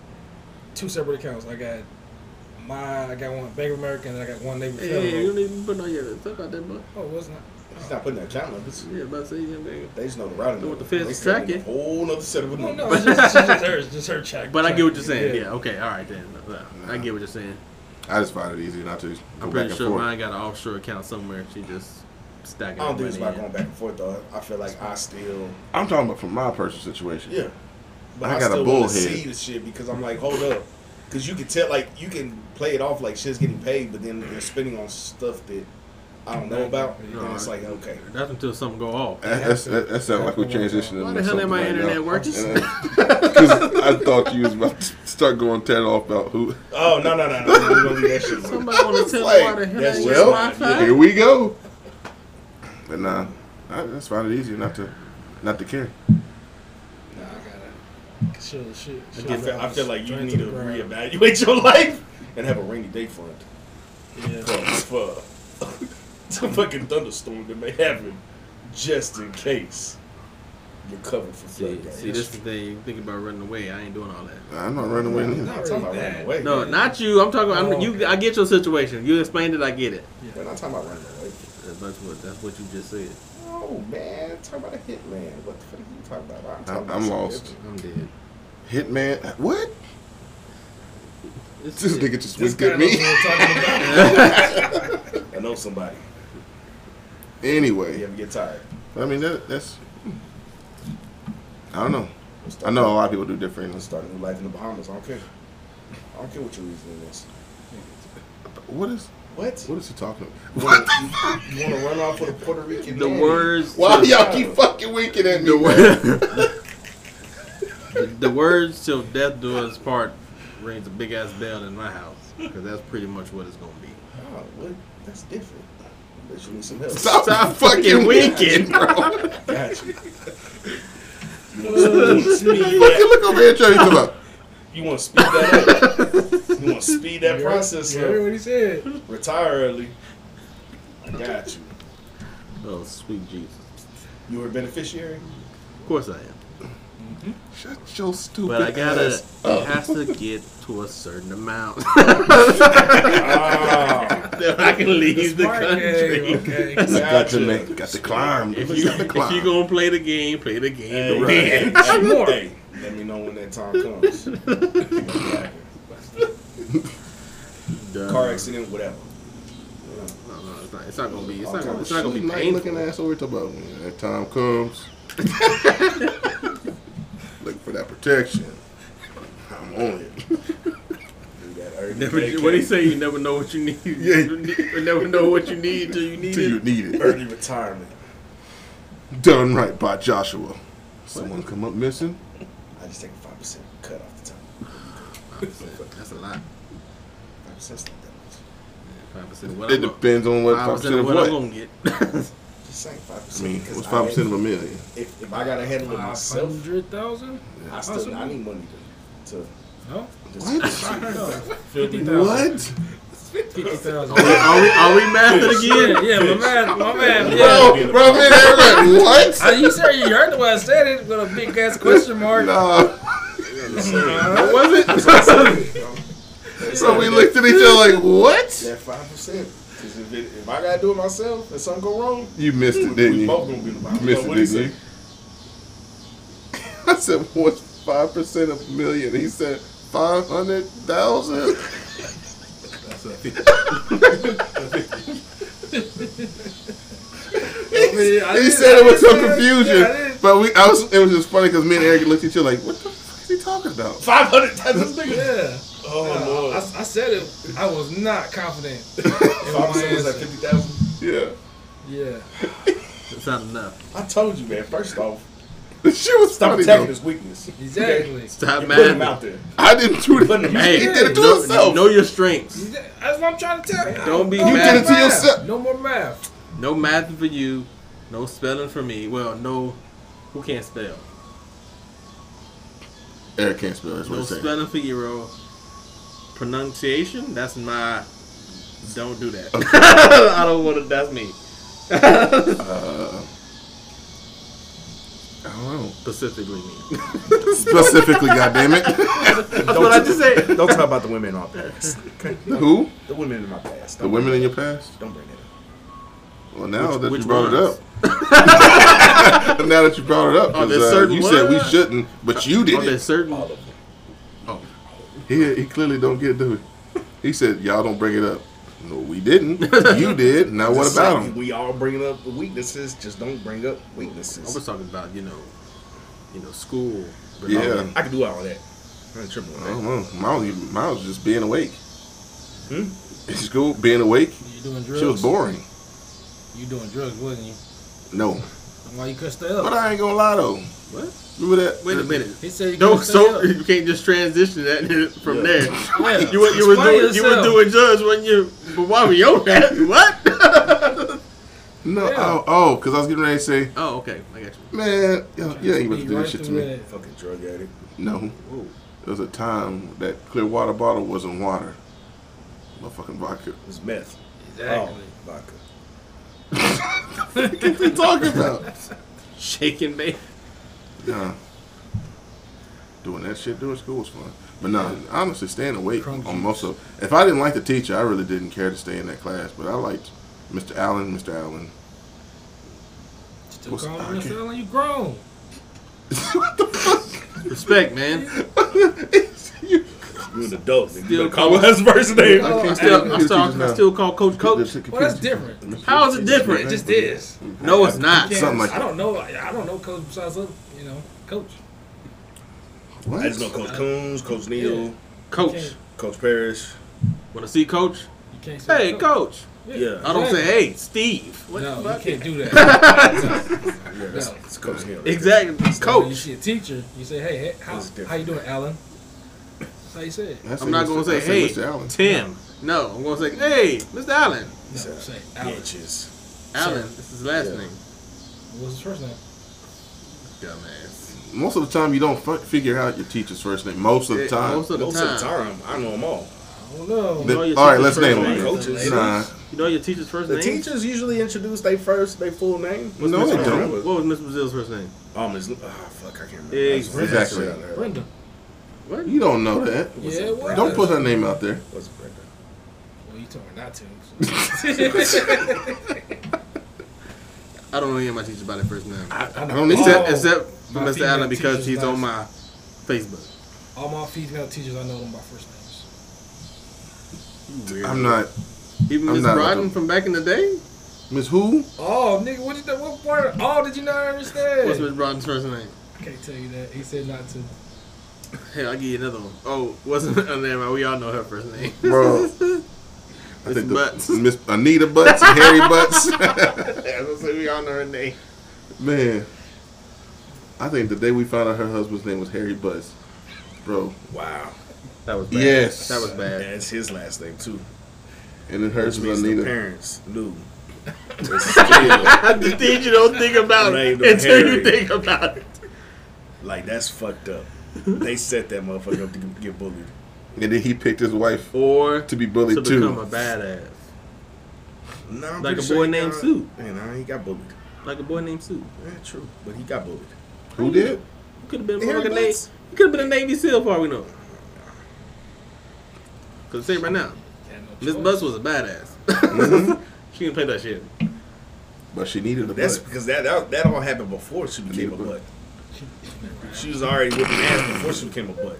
Speaker 6: two separate accounts. I got my, I got one Bank of America, and I got one Navy Federal.
Speaker 1: even put on your stuff out there, bro.
Speaker 6: Oh, wasn't
Speaker 4: He's not putting that account number. It's-
Speaker 1: Yeah, about to say you
Speaker 4: They just know the routing.
Speaker 1: Know what the
Speaker 4: number.
Speaker 1: feds
Speaker 4: They still
Speaker 1: track
Speaker 4: in a
Speaker 1: it.
Speaker 4: Whole other set of
Speaker 6: Oh, No,
Speaker 4: numbers.
Speaker 6: no, it's just, it's just hers, just her check.
Speaker 1: But I get what you're
Speaker 6: check.
Speaker 1: saying. Yeah. Okay. All right then. Uh, I get what you're saying.
Speaker 2: I just find it easy not to go
Speaker 1: I'm
Speaker 2: back
Speaker 1: pretty
Speaker 2: and
Speaker 1: sure
Speaker 2: forth.
Speaker 1: mine got an offshore account somewhere. She just
Speaker 4: I
Speaker 1: stacking.
Speaker 4: don't think it's
Speaker 1: money
Speaker 4: about going back and forth though. I feel like I still
Speaker 2: I'm talking about from my personal situation.
Speaker 4: yeah. But
Speaker 2: I
Speaker 4: I,
Speaker 2: got a
Speaker 4: still
Speaker 2: bull
Speaker 4: want to
Speaker 2: head.
Speaker 4: see the shit because I'm like, hold up, because you can tell like you can play it off like shit's getting paid, but then they're spending on stuff that I don't know about, and it's like okay,
Speaker 1: in. That's until something go off.
Speaker 2: That, that's, that, that sounds like we transitioning.
Speaker 1: Why
Speaker 2: into
Speaker 1: the hell ain't my
Speaker 2: something
Speaker 1: internet
Speaker 2: now.
Speaker 1: working?
Speaker 2: Because I thought you was about to start going tearing off about who.
Speaker 4: oh no no no, no we don't do that shit. man.
Speaker 1: Somebody want to tell me
Speaker 2: like,
Speaker 1: why the hell
Speaker 4: that's
Speaker 1: ain't
Speaker 4: well,
Speaker 1: your Wi-Fi?
Speaker 2: Here we go. But nah, I just find it easier not to, not to care.
Speaker 6: Nah, I gotta. Shit, shit, shit.
Speaker 4: I feel, I feel like you
Speaker 6: Drain
Speaker 4: need to
Speaker 6: the ground.
Speaker 4: reevaluate your life and have a rainy day fund
Speaker 6: Yeah.
Speaker 4: for for it's a fucking thunderstorm that may happen just in case you're covered for
Speaker 1: See,
Speaker 4: flooding.
Speaker 1: see, this is the thing. You think about running away. I ain't doing all that.
Speaker 2: I'm not running away.
Speaker 4: I'm
Speaker 2: neither.
Speaker 4: not talking about running away.
Speaker 1: No,
Speaker 4: man.
Speaker 1: not you. I'm talking. I'm,
Speaker 6: Oh,
Speaker 1: You. I get your situation. You explained it. I get it.
Speaker 4: We're not talking about running away.
Speaker 1: That's what. That's what you just said.
Speaker 4: No, man. Talk about a hitman. What the fuck are you talking about? I'm,
Speaker 2: I'm- I'm
Speaker 4: something
Speaker 2: lost.
Speaker 4: different.
Speaker 1: I'm dead.
Speaker 2: Hitman, what?
Speaker 1: It's
Speaker 2: This nigga just winked at
Speaker 6: knows
Speaker 2: me.
Speaker 6: what we're talking about.
Speaker 4: I know somebody. You
Speaker 2: Anyway,
Speaker 4: ever get tired?
Speaker 2: I mean that, that's. I don't know. I know a lot of people do different.
Speaker 4: Let's start a new life in the Bahamas. I don't care. I don't care what your reason is.
Speaker 2: What is?
Speaker 4: What?
Speaker 2: What is he talking
Speaker 4: You
Speaker 2: about?
Speaker 4: wanna, you, you wanna run off with a Puerto Rican?
Speaker 1: The
Speaker 4: daddy?
Speaker 1: words.
Speaker 2: Why
Speaker 1: to-
Speaker 2: do y'all keep fucking winking at me?
Speaker 1: The,
Speaker 2: man?
Speaker 1: wor- the- the words till death do us part rings a big ass bell in my house because that's pretty much what it's gonna be.
Speaker 4: Oh, what? That's different. But you need some help.
Speaker 2: Stop,
Speaker 1: Stop fucking
Speaker 2: fucking
Speaker 1: winking.
Speaker 2: winking, bro.
Speaker 4: Got you.
Speaker 2: You fucking look over here and try to come up.
Speaker 4: You want to speed that up? You want to speed that process
Speaker 6: You heard
Speaker 4: up?
Speaker 6: what he said.
Speaker 4: Retire early. I got you.
Speaker 1: Oh sweet Jesus!
Speaker 4: You were a beneficiary.
Speaker 1: Of course I am.
Speaker 2: Shut your stupid
Speaker 1: But I gotta,
Speaker 2: ass.
Speaker 1: it has to get to a certain amount.
Speaker 4: Ah,
Speaker 1: I can leave the
Speaker 6: Smart
Speaker 1: country.
Speaker 6: game, okay.
Speaker 2: I got to
Speaker 4: Gotcha.
Speaker 2: make, got to climb.
Speaker 1: If
Speaker 2: You
Speaker 1: you
Speaker 2: got to
Speaker 1: if
Speaker 2: climb.
Speaker 1: you gonna play the game, play the game.
Speaker 4: hey,
Speaker 1: the
Speaker 4: hey,
Speaker 1: right.
Speaker 4: hey,
Speaker 6: More.
Speaker 4: hey, let me know when that time comes.
Speaker 1: Duh.
Speaker 4: Car accident, whatever.
Speaker 1: No, no, it's not. It's not gonna be. It's
Speaker 2: All
Speaker 1: not.
Speaker 2: kind
Speaker 1: Gonna,
Speaker 2: of
Speaker 1: it's not gonna be
Speaker 2: shitty, like,
Speaker 1: painful.
Speaker 2: looking ass over to about when that time comes. Looking for that protection. I'm on it.
Speaker 4: You got every
Speaker 1: Never,
Speaker 4: day
Speaker 1: what do you
Speaker 4: care.
Speaker 1: say? You never know what you need.
Speaker 2: Yeah.
Speaker 1: You ne- you never know what you need till you need
Speaker 2: Till you
Speaker 1: it.
Speaker 2: need it.
Speaker 4: Early retirement.
Speaker 2: Done right by Joshua. Someone come up missing.
Speaker 4: I just take a five percent cut off the top.
Speaker 1: That's a lot.
Speaker 4: Five percent's not that much.
Speaker 1: Five percent. What
Speaker 2: It
Speaker 1: I'm gonna-
Speaker 2: depends on what
Speaker 1: five
Speaker 2: five
Speaker 1: percent of what I'm gonna get.
Speaker 4: Just saying five
Speaker 2: I
Speaker 4: percent.
Speaker 2: mean, what's five percent of a million?
Speaker 4: If, if I gotta handle it myself,
Speaker 6: 500,000?
Speaker 4: I still I need money to, to
Speaker 6: No?
Speaker 4: just
Speaker 2: What?
Speaker 6: 50,000.
Speaker 2: What?
Speaker 6: 50,000.
Speaker 1: are we are we mathing
Speaker 6: Yeah,
Speaker 1: again?
Speaker 6: yeah, my man, my man, yeah.
Speaker 2: Bro, bro, man, everybody, what?
Speaker 6: Are you sure you heard the way I said it with a big ass question mark?
Speaker 2: Nah.
Speaker 1: What was it?
Speaker 2: So we looked at each other like, what?
Speaker 4: that five percent. Because if, it- if I gotta do it myself and something go wrong,
Speaker 2: You missed
Speaker 4: we,
Speaker 2: it, didn't
Speaker 4: we
Speaker 2: you?
Speaker 4: both gonna be the bottom.
Speaker 2: You missed
Speaker 4: So
Speaker 2: it,
Speaker 4: what he
Speaker 2: didn't you?
Speaker 4: say?
Speaker 2: I said, what's five percent of a million? He said, five hundred thousand. He
Speaker 6: I
Speaker 2: he
Speaker 6: did-
Speaker 2: said
Speaker 6: I
Speaker 2: it with
Speaker 6: did
Speaker 2: some
Speaker 6: say-
Speaker 2: confusion,
Speaker 6: yeah, I did.
Speaker 2: but we—I was—it was just funny because me and Eric looked at you like, "What the fuck is he talking about?"
Speaker 4: Five hundred thousand nigga.
Speaker 6: Yeah.
Speaker 4: Oh
Speaker 6: I, I said it. I was not confident.
Speaker 4: lord. Five percent was like fifty thousand.
Speaker 2: Yeah,
Speaker 6: Yeah.
Speaker 1: It's not enough.
Speaker 4: I told you, man. First off,
Speaker 2: the shit was
Speaker 4: stop
Speaker 2: funny
Speaker 4: attacking
Speaker 2: though.
Speaker 4: his weakness. You
Speaker 6: Exactly.
Speaker 1: Stop
Speaker 4: Put him out
Speaker 1: mathing.
Speaker 4: there.
Speaker 2: I didn't do that.
Speaker 4: him
Speaker 2: He
Speaker 1: Hey,
Speaker 2: did it to
Speaker 1: know,
Speaker 2: himself.
Speaker 1: know your strengths.
Speaker 6: That's what I'm trying to tell you.
Speaker 1: Don't be
Speaker 6: No
Speaker 1: You
Speaker 6: more
Speaker 1: did it
Speaker 2: to
Speaker 6: math.
Speaker 2: yourself.
Speaker 6: No more math.
Speaker 1: No mathing for you. No spelling for me. Well, no. Who can't spell?
Speaker 2: Eric can't spell. That's what
Speaker 1: No
Speaker 2: he's saying.
Speaker 1: spelling for Euro. Pronunciation? That's my. Don't do that. I don't want to. That's me. Uh,
Speaker 2: I don't know.
Speaker 1: Specifically me.
Speaker 2: Specifically, goddammit.
Speaker 1: That's what I just said.
Speaker 5: Don't talk about the women in my past. Okay?
Speaker 2: Who?
Speaker 5: The women in my past.
Speaker 2: The
Speaker 5: Don't
Speaker 2: women in
Speaker 5: bring
Speaker 2: your
Speaker 5: that
Speaker 2: past?
Speaker 5: up. Don't bring it
Speaker 2: Well, now
Speaker 1: Which-
Speaker 2: that
Speaker 1: which
Speaker 2: you brought
Speaker 1: ones?
Speaker 2: it up, now that you brought it up,
Speaker 1: Oh, there's
Speaker 2: because
Speaker 1: certain
Speaker 2: you said we
Speaker 1: ones?
Speaker 2: shouldn't, but you did
Speaker 1: On that
Speaker 2: it.
Speaker 1: certain.
Speaker 4: All of them.
Speaker 2: He, he clearly don't get it, do he? He said, "Y'all don't bring it up." No, we didn't. you did. Now what
Speaker 5: Just
Speaker 2: about
Speaker 5: say
Speaker 2: him?
Speaker 5: We all bringing up the weaknesses. Just don't bring up
Speaker 1: I
Speaker 5: weaknesses.
Speaker 1: was talking about you know, you know, school.
Speaker 2: Yeah.
Speaker 5: I can do all that. I ain't tripping on
Speaker 2: I
Speaker 5: that.
Speaker 2: don't know. Miles, you- Miles was just being awake.
Speaker 5: Hmm?
Speaker 2: In school, being awake,
Speaker 6: You doing drugs?
Speaker 2: she was boring.
Speaker 6: You doing drugs, wasn't you?
Speaker 2: No,
Speaker 6: Why you couldn't stay
Speaker 2: but
Speaker 6: up?
Speaker 2: I ain't gonna lie though.
Speaker 1: What?
Speaker 2: Remember that?
Speaker 1: Wait a minute.
Speaker 6: He said you
Speaker 1: Don't
Speaker 6: couldn't stay
Speaker 1: so
Speaker 6: up.
Speaker 1: you can't just transition that from
Speaker 2: Yeah.
Speaker 1: there.
Speaker 6: Yeah.
Speaker 1: You were you were
Speaker 6: Explain
Speaker 1: doing, you were
Speaker 6: yourself.
Speaker 1: doing drugs when you but why were you on that? What?
Speaker 2: No,
Speaker 6: Yeah.
Speaker 2: oh, oh, because I was getting ready to say,
Speaker 1: oh, okay, I got you.
Speaker 2: man, yo, you ain't about to
Speaker 6: He
Speaker 2: do
Speaker 6: right
Speaker 2: this shit to
Speaker 6: through
Speaker 2: me.
Speaker 6: that.
Speaker 4: Fucking drug addict.
Speaker 2: No.
Speaker 1: Whoa.
Speaker 2: There was a time that clear water bottle wasn't water. Motherfucking vodka.
Speaker 4: It was meth.
Speaker 6: Exactly.
Speaker 4: Oh, vodka.
Speaker 2: What are you talking about?
Speaker 1: Shaking baby.
Speaker 2: Nah. Doing that shit during school was fun. But nah, honestly, staying awake
Speaker 6: Crunk
Speaker 2: on most of If I didn't like the teacher, I really didn't care to stay in that class. But I liked Mr. Allen, Mr. Allen.
Speaker 6: Still
Speaker 2: What's-
Speaker 6: calling
Speaker 2: I can't-
Speaker 6: yourself and you grown.
Speaker 1: Respect, man.
Speaker 4: You an adult. nigga. You
Speaker 1: Still
Speaker 4: better call his first name.
Speaker 2: I can't stand
Speaker 1: Still, I,
Speaker 2: computer teachers
Speaker 1: still, I
Speaker 2: now.
Speaker 1: still call Coach Coach.
Speaker 2: Computer-
Speaker 6: Well, that's different.
Speaker 1: How is it different?
Speaker 6: It just is.
Speaker 1: No, it's not.
Speaker 6: Yeah,
Speaker 2: Something like
Speaker 6: I don't know. I I don't know coach besides up. You know, coach.
Speaker 2: What?
Speaker 5: I just know Coach Coons, Coach Neal,
Speaker 6: Yeah.
Speaker 1: Coach.
Speaker 5: Coach Parrish.
Speaker 1: Want to see Coach?
Speaker 6: You can't. say
Speaker 1: Hey, Coach.
Speaker 5: Yeah.
Speaker 1: I don't say,
Speaker 6: Exactly.
Speaker 1: hey, Steve. What the
Speaker 6: No, you
Speaker 1: fuck?
Speaker 6: can't do that. No.
Speaker 5: Yeah, that's, that's Coach Neal. right
Speaker 1: Exactly,
Speaker 6: So You
Speaker 1: Coach.
Speaker 6: see a teacher, you say, "Hey, hey how,
Speaker 5: That's different.
Speaker 6: how you doing, Alan?" That's how you say it.
Speaker 2: I say
Speaker 1: I'm not
Speaker 2: Mr.
Speaker 1: gonna
Speaker 2: I
Speaker 1: say, hey,
Speaker 2: Mr. Allen.
Speaker 1: Tim. No, I'm gonna say, hey, Mr. Allen.
Speaker 6: No,
Speaker 5: Sir.
Speaker 6: say
Speaker 5: there.
Speaker 6: Alan.
Speaker 5: Bitches.
Speaker 1: Allen, this is his last name.
Speaker 6: What's his first name?
Speaker 1: Dumbass.
Speaker 2: Most of the time, you don't fu- figure out your teacher's first name. Most of the
Speaker 1: Yeah,
Speaker 2: time.
Speaker 1: Most of the
Speaker 5: Most
Speaker 1: time.
Speaker 5: of the time, I know them all.
Speaker 6: don't know.
Speaker 1: The- know your
Speaker 2: all right, let's
Speaker 1: teacher's
Speaker 2: name
Speaker 1: first
Speaker 2: them.
Speaker 1: name.
Speaker 4: Coaches.
Speaker 2: Nah,
Speaker 1: You know your teacher's first
Speaker 7: The
Speaker 1: name?
Speaker 7: teachers usually introduce their first, their full name.
Speaker 1: What's
Speaker 2: No,
Speaker 1: Miss
Speaker 2: they
Speaker 1: Brazil-
Speaker 2: don't.
Speaker 1: What was Miss Brazil's first name?
Speaker 4: Um, it's, ah, fuck, I can't remember.
Speaker 1: Exactly.
Speaker 2: exactly.
Speaker 6: Brenda.
Speaker 1: What?
Speaker 2: You don't know that.
Speaker 6: Yeah, it was.
Speaker 2: Don't put her name out there.
Speaker 4: What's Brenda?
Speaker 6: Well, you told me not to.
Speaker 1: I don't know any of my teachers by their first name.
Speaker 2: I don't need
Speaker 1: Except,
Speaker 6: Oh.
Speaker 1: except for
Speaker 6: My
Speaker 1: Mr.
Speaker 6: female
Speaker 1: Allen because
Speaker 6: teacher's
Speaker 1: he's on my
Speaker 6: last.
Speaker 1: Facebook.
Speaker 6: All my female teachers, I know them by first names.
Speaker 2: that. I'm not
Speaker 1: Even
Speaker 2: I'm
Speaker 1: Miss
Speaker 2: not like
Speaker 1: Rodden
Speaker 2: them.
Speaker 1: from back in the day?
Speaker 2: Miss Who.
Speaker 6: Oh, nigga, what did that? What part? Oh, did you not understand?
Speaker 1: What's Miss Rodden's first name?
Speaker 6: I can't tell you that. He said not to.
Speaker 1: Hey, I'll give you another one. Oh, what's her name? We all know her first name.
Speaker 2: Bro. I
Speaker 1: Miss
Speaker 2: think
Speaker 1: Butts.
Speaker 2: the, Miss Anita Butts, Harry Butts.
Speaker 1: I was gonna say we all know her name.
Speaker 2: Man, I think the day we found out her husband's name was Harry Butts, bro,
Speaker 4: Wow.
Speaker 1: That was bad.
Speaker 2: Yes.
Speaker 1: That was bad.
Speaker 4: That's his last name, too.
Speaker 2: and then
Speaker 4: Which
Speaker 2: hers was
Speaker 4: means the
Speaker 2: Anita.
Speaker 4: parents knew. It's still,
Speaker 1: the thing you don't think about
Speaker 4: Her
Speaker 1: it
Speaker 4: name don't
Speaker 1: until you
Speaker 4: Harry.
Speaker 1: think about it.
Speaker 4: like, that's fucked up. They set that motherfucker up to get bullied.
Speaker 2: And then he picked his wife
Speaker 1: Or
Speaker 2: to
Speaker 1: to,
Speaker 2: be bullied
Speaker 1: become a
Speaker 2: too.
Speaker 1: badass.
Speaker 4: No, I'm
Speaker 1: Like
Speaker 4: pretty
Speaker 1: a
Speaker 4: sure
Speaker 1: boy
Speaker 4: he
Speaker 1: named
Speaker 4: got-
Speaker 1: Sue.
Speaker 4: You know, he got bullied.
Speaker 1: Like a boy named Sue.
Speaker 4: Yeah, true. But he got bullied.
Speaker 2: Who did?
Speaker 1: Could have been a
Speaker 4: Harry
Speaker 1: motherfucking Navy.
Speaker 4: Butts?
Speaker 1: Could have been a Navy SEAL, for all we know. Cause say it right now,
Speaker 6: Yeah, no
Speaker 1: Miss
Speaker 6: choice.
Speaker 1: Bus was a badass. she didn't play that shit.
Speaker 2: But she needed a
Speaker 4: That's
Speaker 2: butt.
Speaker 4: because that, that that all happened before she became a
Speaker 2: Anita
Speaker 4: butt. She was already whipping ass before she became a butt.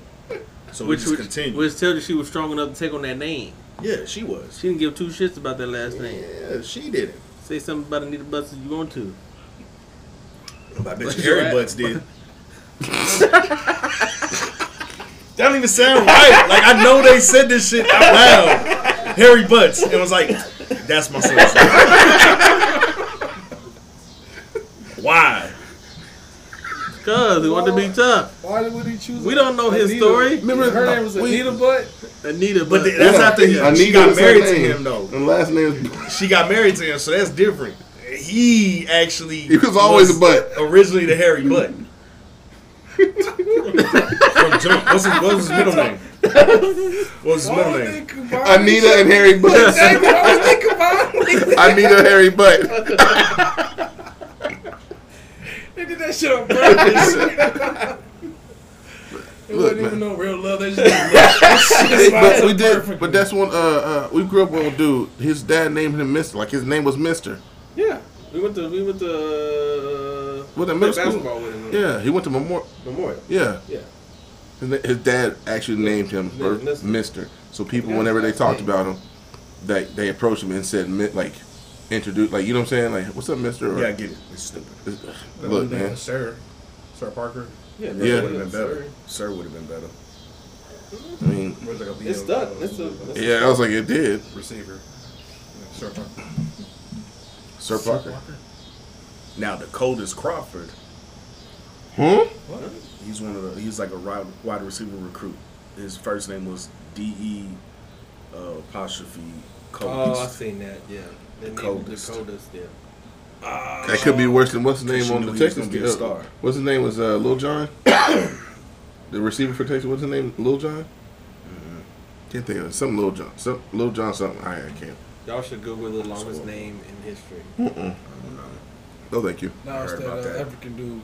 Speaker 4: So
Speaker 1: Which
Speaker 4: we Oh, just
Speaker 1: which,
Speaker 4: continued.
Speaker 1: which tells you she was strong enough to take on that name.
Speaker 4: yeah, she was.
Speaker 1: She didn't give two shits about that last name.
Speaker 4: Yeah, she did it.
Speaker 1: Say something about Anita Bus if you want to.
Speaker 4: I bet
Speaker 1: But
Speaker 4: you
Speaker 1: you're
Speaker 4: Harry
Speaker 1: right.
Speaker 4: Butts did. that don't even sound right. Like I know they said this shit out loud. Harry Butts. And was like, that's my son. Why?
Speaker 1: Cause he wanted to be tough.
Speaker 6: Why would he choose?
Speaker 1: We don't know his
Speaker 6: Anita?
Speaker 1: story.
Speaker 2: Remember-
Speaker 6: her name was
Speaker 2: we-
Speaker 6: Anita Butt.
Speaker 1: Anita
Speaker 4: But
Speaker 1: Bus.
Speaker 4: th- that's
Speaker 2: Yeah.
Speaker 4: after he, she
Speaker 2: Anita
Speaker 4: got
Speaker 2: was her
Speaker 4: married to
Speaker 2: name.
Speaker 4: him though.
Speaker 2: And last name,
Speaker 4: She got married to him, so that's different. He actually
Speaker 2: he was always a butt.
Speaker 4: originally the Harry Butt. From jump. What's his, what was his middle name? What was his middle name?
Speaker 2: Anita and Harry Butts.
Speaker 6: Anita.
Speaker 2: Anita Harry Butt.
Speaker 6: They did that shit on purpose. It
Speaker 2: Look,
Speaker 6: wasn't
Speaker 2: man.
Speaker 6: even no real love. They just did
Speaker 2: but we did. But that's one. Uh, uh, we grew up with a dude. His dad named him Mister. Like his name was Mister.
Speaker 1: yeah, we went to we went to uh,
Speaker 2: What, the
Speaker 1: play
Speaker 2: middle school?
Speaker 1: basketball with him.
Speaker 2: Yeah, he went to Memorial.
Speaker 1: Memorial.
Speaker 2: Yeah.
Speaker 1: Yeah.
Speaker 2: His, na- his dad actually named him
Speaker 1: Yeah,
Speaker 2: or
Speaker 1: Mister.
Speaker 2: Mister. So people, whenever they talked about him, they they approached him and said, "Mi- like, introduce, like, you know what I'm saying? Like, what's up, Mister? Or,
Speaker 4: Yeah, I get it. It's stupid.
Speaker 2: Look, man.
Speaker 3: Sarah, Sarah Parker.
Speaker 1: Yeah,
Speaker 2: Yeah.
Speaker 4: Would have been better.
Speaker 1: Sorry.
Speaker 4: Sir would have been better.
Speaker 2: I mean,
Speaker 3: Where's like a Leo,
Speaker 1: It's stuck.
Speaker 3: uh,
Speaker 1: It's a, it's a-
Speaker 2: yeah, I was like, it did.
Speaker 3: receiver. Yeah, Sarah Parker.
Speaker 2: Sir Parker.
Speaker 4: Now the coldest Crawford.
Speaker 2: Huh?
Speaker 4: He's one of the. He's like a wide, wide receiver recruit. His first name was D E uh, apostrophe
Speaker 1: Oh, I've
Speaker 4: coldest.
Speaker 1: seen that. Yeah, They named it
Speaker 4: coldest.
Speaker 1: The coldest. Yeah.
Speaker 2: That could be worse than what's his
Speaker 4: Cause
Speaker 2: name
Speaker 4: she
Speaker 2: on
Speaker 4: knew
Speaker 2: the
Speaker 4: he was
Speaker 2: Texas
Speaker 4: gonna be
Speaker 2: game.
Speaker 4: a star.
Speaker 2: What's his name was uh, Lil John, the receiver for Texas. What's his name? Lil John. Can't think of it. Some Lil John. Some Lil John. Something. I, I can't.
Speaker 1: Y'all should Google the longest name in history.
Speaker 2: No, Oh, thank you.
Speaker 6: No, it's
Speaker 4: Heard
Speaker 6: that
Speaker 4: about
Speaker 6: uh,
Speaker 4: that.
Speaker 6: African dude.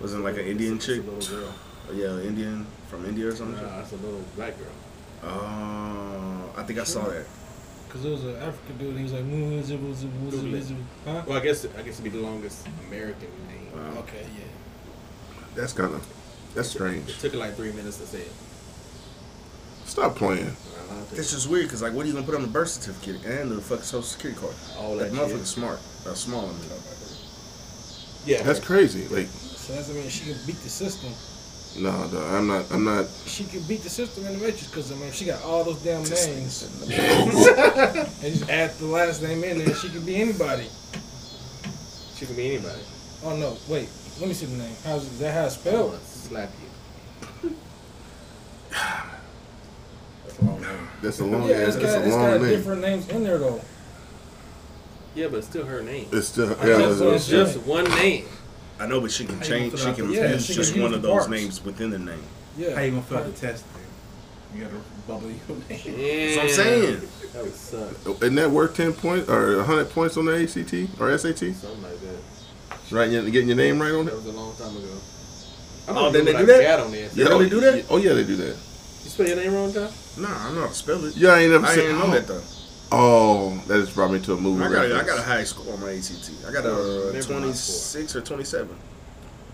Speaker 4: Wasn't it like an Indian
Speaker 1: It's a-
Speaker 4: chick.
Speaker 1: it's a little girl.
Speaker 4: Yeah, Indian from India or something.
Speaker 1: Nah, it's a little black girl.
Speaker 4: Oh, I think I saw that.
Speaker 6: Cause it was an African dude. And he was like, "Moo, zibble, zibble, zibble,
Speaker 1: Doodle.
Speaker 6: zibble." huh?
Speaker 1: Well, I guess I guess it'd be the longest American name.
Speaker 4: Wow.
Speaker 6: Okay, yeah.
Speaker 2: That's kind of. That's
Speaker 1: It
Speaker 2: strange.
Speaker 1: took her like three minutes to say it.
Speaker 2: Stop playing.
Speaker 4: That's just weird because like, what are you gonna put on the birth certificate and the fucking social security card?
Speaker 1: all
Speaker 4: That
Speaker 1: that
Speaker 4: motherfucker's
Speaker 1: shit.
Speaker 4: smart. Uh, small. I mean.
Speaker 1: Yeah,
Speaker 2: That's crazy. Like,
Speaker 6: So that's I mean, she can beat the system.
Speaker 2: no, no, I'm not. I'm not.
Speaker 6: She can beat the system in the Matrix. Cause I mean, she got all those damn names. and just add the last name in there. She can be anybody.
Speaker 1: she can be anybody.
Speaker 6: Oh no, wait. Let me see the name. How's is that? How it's
Speaker 1: I
Speaker 6: spelled?
Speaker 1: wanna slap you.
Speaker 2: That's a long.
Speaker 6: yeah,
Speaker 2: ass, that's
Speaker 6: it's got,
Speaker 2: a
Speaker 6: it's got
Speaker 2: long name.
Speaker 6: different names in there though.
Speaker 1: Yeah, but it's still her name.
Speaker 2: It's still.
Speaker 6: I
Speaker 2: Yeah,
Speaker 6: just
Speaker 2: it's-
Speaker 6: saw
Speaker 1: It's
Speaker 2: it's-
Speaker 6: this shit.
Speaker 1: just one name.
Speaker 4: I know, but she can
Speaker 3: How you
Speaker 4: change.
Speaker 3: gonna
Speaker 4: She
Speaker 3: fill out
Speaker 4: can
Speaker 3: the-
Speaker 6: yeah,
Speaker 4: use
Speaker 6: she
Speaker 4: just
Speaker 6: can
Speaker 4: one
Speaker 6: use
Speaker 4: of
Speaker 6: the
Speaker 4: those
Speaker 6: parts.
Speaker 4: names within the name.
Speaker 6: Yeah.
Speaker 3: How you gonna fill out the test? Then?
Speaker 5: You gotta bubble your name.
Speaker 4: That's what I'm saying.
Speaker 1: That would suck.
Speaker 2: Isn't that worth ten points or hundred points on the ACT or SAT?
Speaker 1: Something like that.
Speaker 2: Right, you- getting your name right on
Speaker 1: That
Speaker 2: it.
Speaker 1: was a long time ago.
Speaker 4: Oh, then they
Speaker 1: remember
Speaker 4: do
Speaker 1: what I
Speaker 4: that?
Speaker 1: got on there.
Speaker 2: Yeah,
Speaker 4: really do that?
Speaker 2: Oh yeah, they do that.
Speaker 1: You spell your name wrong, John?
Speaker 4: Nah, I know how to spell it.
Speaker 2: Yeah, I ain't never
Speaker 4: I
Speaker 2: seen
Speaker 4: ain't know that though.
Speaker 2: Oh, that just brought me to a movie.
Speaker 4: I got a, I
Speaker 2: reference.
Speaker 4: got a high score on my ACT. I got
Speaker 1: Remember
Speaker 4: a
Speaker 1: my
Speaker 4: uh,
Speaker 1: score.
Speaker 4: 26 or 27.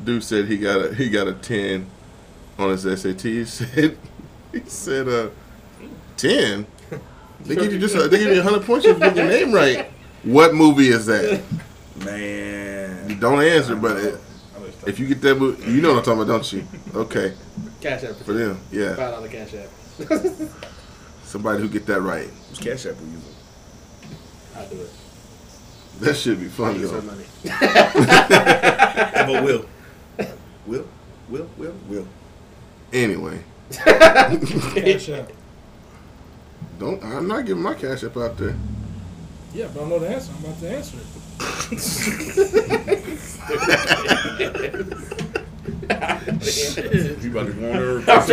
Speaker 2: Dude said he got a he got a ten on his SAT. He said he said uh ten. They give you just a, they give you hundred points if you get your name right. What movie is that?
Speaker 4: Man.
Speaker 2: You don't answer, but it, if you get that movie, you know what I'm talking about, don't you? Okay,
Speaker 1: Cash App.
Speaker 2: for them, yeah.
Speaker 1: Five dollar Cash App.
Speaker 2: Somebody who get that right,
Speaker 4: Who's Cash App we using?
Speaker 1: I'll do it.
Speaker 2: that should be funny.
Speaker 1: Use my
Speaker 2: Though.
Speaker 1: money.
Speaker 4: How about Will? Will? Will? Will? Will.
Speaker 2: Anyway,
Speaker 6: Cash out.
Speaker 2: don't I'm not giving my cash up out there.
Speaker 6: Yeah, but I know the answer. I'm about to answer it.
Speaker 5: You about to go on there.
Speaker 6: That's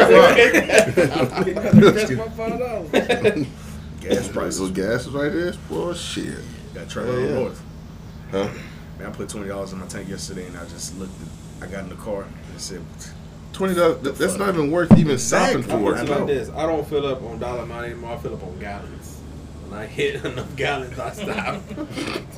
Speaker 6: my five dollars.
Speaker 4: Gas
Speaker 2: Those
Speaker 4: prices.
Speaker 2: gas is right there. Well, shit.
Speaker 4: Got travel
Speaker 2: Yeah, yeah.
Speaker 4: north.
Speaker 2: Huh?
Speaker 4: Man, I put twenty dollars in my tank yesterday, and I just looked. At, I got in the car and said,
Speaker 2: Twenty dollars. That's not even worth even stopping
Speaker 1: I'm
Speaker 2: for.
Speaker 1: put it like this. I don't fill up on dollar amount anymore. I fill up on gallons. When I hit enough gallons, I stop.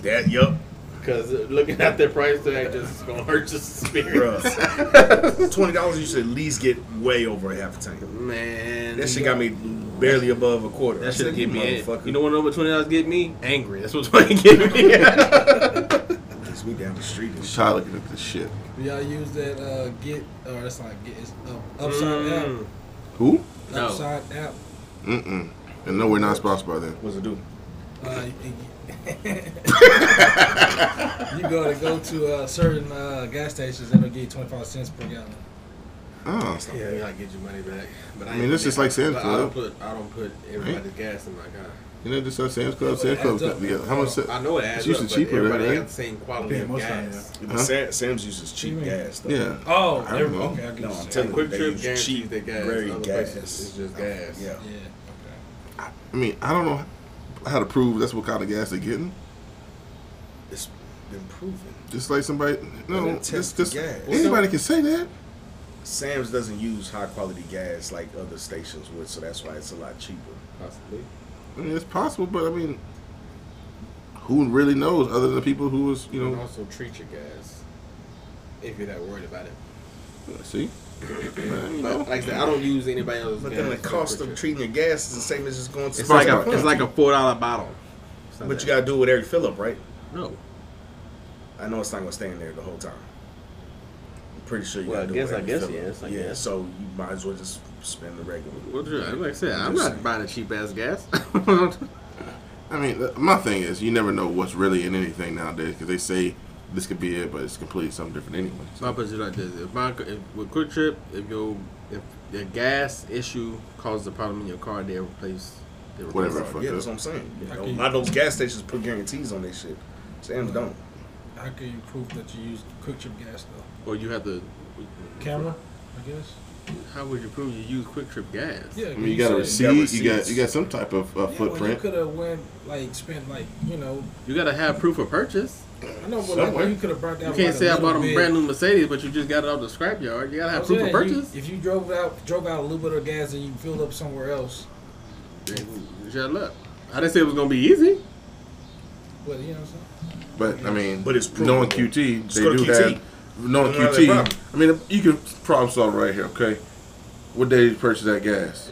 Speaker 4: "That, yup,
Speaker 1: Because looking at that price tag just is gonna hurt your spirit.
Speaker 4: bruh. twenty dollars, you should at least get way over half a tank.
Speaker 1: Man,
Speaker 4: That shit got me barely above a quarter. I
Speaker 1: That
Speaker 4: said,
Speaker 1: should get me.
Speaker 4: motherfucker,
Speaker 1: You know what? Over twenty dollars get me angry. That's what's going to get me.
Speaker 4: Cause we down the street and shit.
Speaker 2: Child looking at this shit.
Speaker 6: Y'all use that uh, get or that's not get it's up, upside
Speaker 1: Mm.
Speaker 2: Who?
Speaker 6: app.
Speaker 1: No.
Speaker 6: Upside app.
Speaker 2: Mm-mm. And no, we're not sponsored by them.
Speaker 5: What's it do?
Speaker 6: Uh, you, you go to go to uh, certain uh, gas stations and they'll give you twenty five cents per gallon.
Speaker 2: Oh,
Speaker 1: Yeah, I get your money back. But I,
Speaker 2: mean,
Speaker 1: ain't
Speaker 2: this
Speaker 1: putting
Speaker 2: is like
Speaker 1: it-
Speaker 2: Sam's
Speaker 1: but I
Speaker 2: Club.
Speaker 1: don't put I don't put everybody's gas in my car.
Speaker 2: you know, just have Sam's Club,
Speaker 6: Yeah,
Speaker 2: Sam's
Speaker 6: but
Speaker 2: Club
Speaker 6: it adds up.
Speaker 2: together. How much?
Speaker 1: I know it adds
Speaker 2: It's
Speaker 1: up,
Speaker 2: usually
Speaker 1: but
Speaker 2: cheaper,
Speaker 1: everybody
Speaker 2: right?
Speaker 1: got the same quality
Speaker 3: Yeah,
Speaker 1: of
Speaker 3: most
Speaker 1: gas.
Speaker 4: But
Speaker 2: Huh?
Speaker 4: Sam, Sam's uses cheap
Speaker 6: What do you mean?
Speaker 4: gas though.
Speaker 2: Yeah.
Speaker 6: Oh,
Speaker 2: I
Speaker 6: there-
Speaker 2: don't know.
Speaker 6: okay, I get
Speaker 4: No, I'm
Speaker 6: what you're saying.
Speaker 4: telling
Speaker 1: And
Speaker 4: you,
Speaker 1: Quick
Speaker 4: they
Speaker 1: Trip
Speaker 4: use
Speaker 1: guarantees
Speaker 4: cheap,
Speaker 1: the gas.
Speaker 4: very
Speaker 1: Other
Speaker 4: gas.
Speaker 1: places, It's just gas.
Speaker 4: Yeah.
Speaker 6: Yeah.
Speaker 2: I mean, I don't know how to prove that's what kind of gas they're getting.
Speaker 4: It's been proven.
Speaker 2: Just like somebody,
Speaker 4: Well,
Speaker 2: no,
Speaker 4: then
Speaker 2: this,
Speaker 4: test
Speaker 2: this,
Speaker 4: the gas.
Speaker 2: anybody can say that.
Speaker 4: Sam's doesn't use high quality gas like other stations would, so that's why it's a lot cheaper.
Speaker 1: Possibly.
Speaker 2: I mean, it's possible, but I mean, who really knows other than the people who was, you
Speaker 1: You can
Speaker 2: know,
Speaker 1: also treat your gas if you're that worried about it.
Speaker 2: see? You
Speaker 1: But
Speaker 2: know.
Speaker 1: like I said, I don't use anybody else's
Speaker 4: But
Speaker 1: gas.
Speaker 4: then the cost of treating your gas is the same as just going to.
Speaker 1: it's
Speaker 4: the
Speaker 1: like a
Speaker 4: store.
Speaker 1: it's like a four dollar bottle. It's not
Speaker 4: But
Speaker 1: that-
Speaker 4: you gotta do it with every fill up, right?
Speaker 1: no.
Speaker 4: I know it's not gonna stay in there the whole time. I'm pretty sure you
Speaker 1: Well, I
Speaker 4: gotta
Speaker 1: guess-
Speaker 4: do it
Speaker 1: I
Speaker 4: every
Speaker 1: guess
Speaker 4: fill-up.
Speaker 1: yes, I
Speaker 4: yeah,
Speaker 1: guess.
Speaker 4: so you might as well just spend the regular.
Speaker 1: Well, dude, like I said, I'm
Speaker 4: Just
Speaker 1: not
Speaker 4: saying.
Speaker 1: buying a cheap ass gas.
Speaker 2: I mean, th- my thing is, you never know what's really in anything nowadays because they say this could be it, but it's completely something different anyway.
Speaker 1: So I'll put it like this: if my if, with Quick Trip, if your if your gas issue causes a problem in your car, they replace they replace
Speaker 2: Whatever.
Speaker 1: it.
Speaker 2: fuck
Speaker 4: yeah,
Speaker 2: up.
Speaker 4: that's what I'm saying. You
Speaker 6: I
Speaker 4: know, a
Speaker 6: can-
Speaker 4: lot of those gas stations put guarantees on their shit. Sam's don't.
Speaker 6: How can you prove that you used quick trip gas though?
Speaker 1: Or you have to.
Speaker 6: Camera, I guess.
Speaker 1: How would you prove you use Quick Trip gas?
Speaker 6: Yeah.
Speaker 2: I mean, you got a
Speaker 6: said-
Speaker 2: receipt, you
Speaker 4: got
Speaker 2: got
Speaker 4: receipts.
Speaker 2: you got some type of uh,
Speaker 6: Yeah, Well, you
Speaker 2: footprint.
Speaker 6: could have went like spent like you know
Speaker 1: You gotta have proof of purchase.
Speaker 6: I know but
Speaker 2: Somewhere.
Speaker 6: like, you could have brought
Speaker 1: You
Speaker 6: down.
Speaker 1: can't
Speaker 6: like,
Speaker 1: say I
Speaker 6: little
Speaker 1: bought a
Speaker 6: bit.
Speaker 1: brand new Mercedes, but you just got it off the scrapyard. You gotta have
Speaker 6: I'm
Speaker 1: proof of
Speaker 6: saying,
Speaker 1: purchase.
Speaker 6: You, if you drove out drove out a little bit of gas and you filled up somewhere else,
Speaker 1: Then Shut up. I didn't say it was gonna be easy.
Speaker 6: but you know what I'm saying.
Speaker 2: But I mean,
Speaker 4: But it's
Speaker 2: knowing
Speaker 4: provable.
Speaker 2: QT,
Speaker 4: Just
Speaker 2: they
Speaker 4: go to
Speaker 2: do have
Speaker 4: QT.
Speaker 2: knowing
Speaker 4: Don't have that
Speaker 2: QT.
Speaker 4: problem.
Speaker 2: I mean, you can problem solve right here. Okay, what day did you purchase that gas?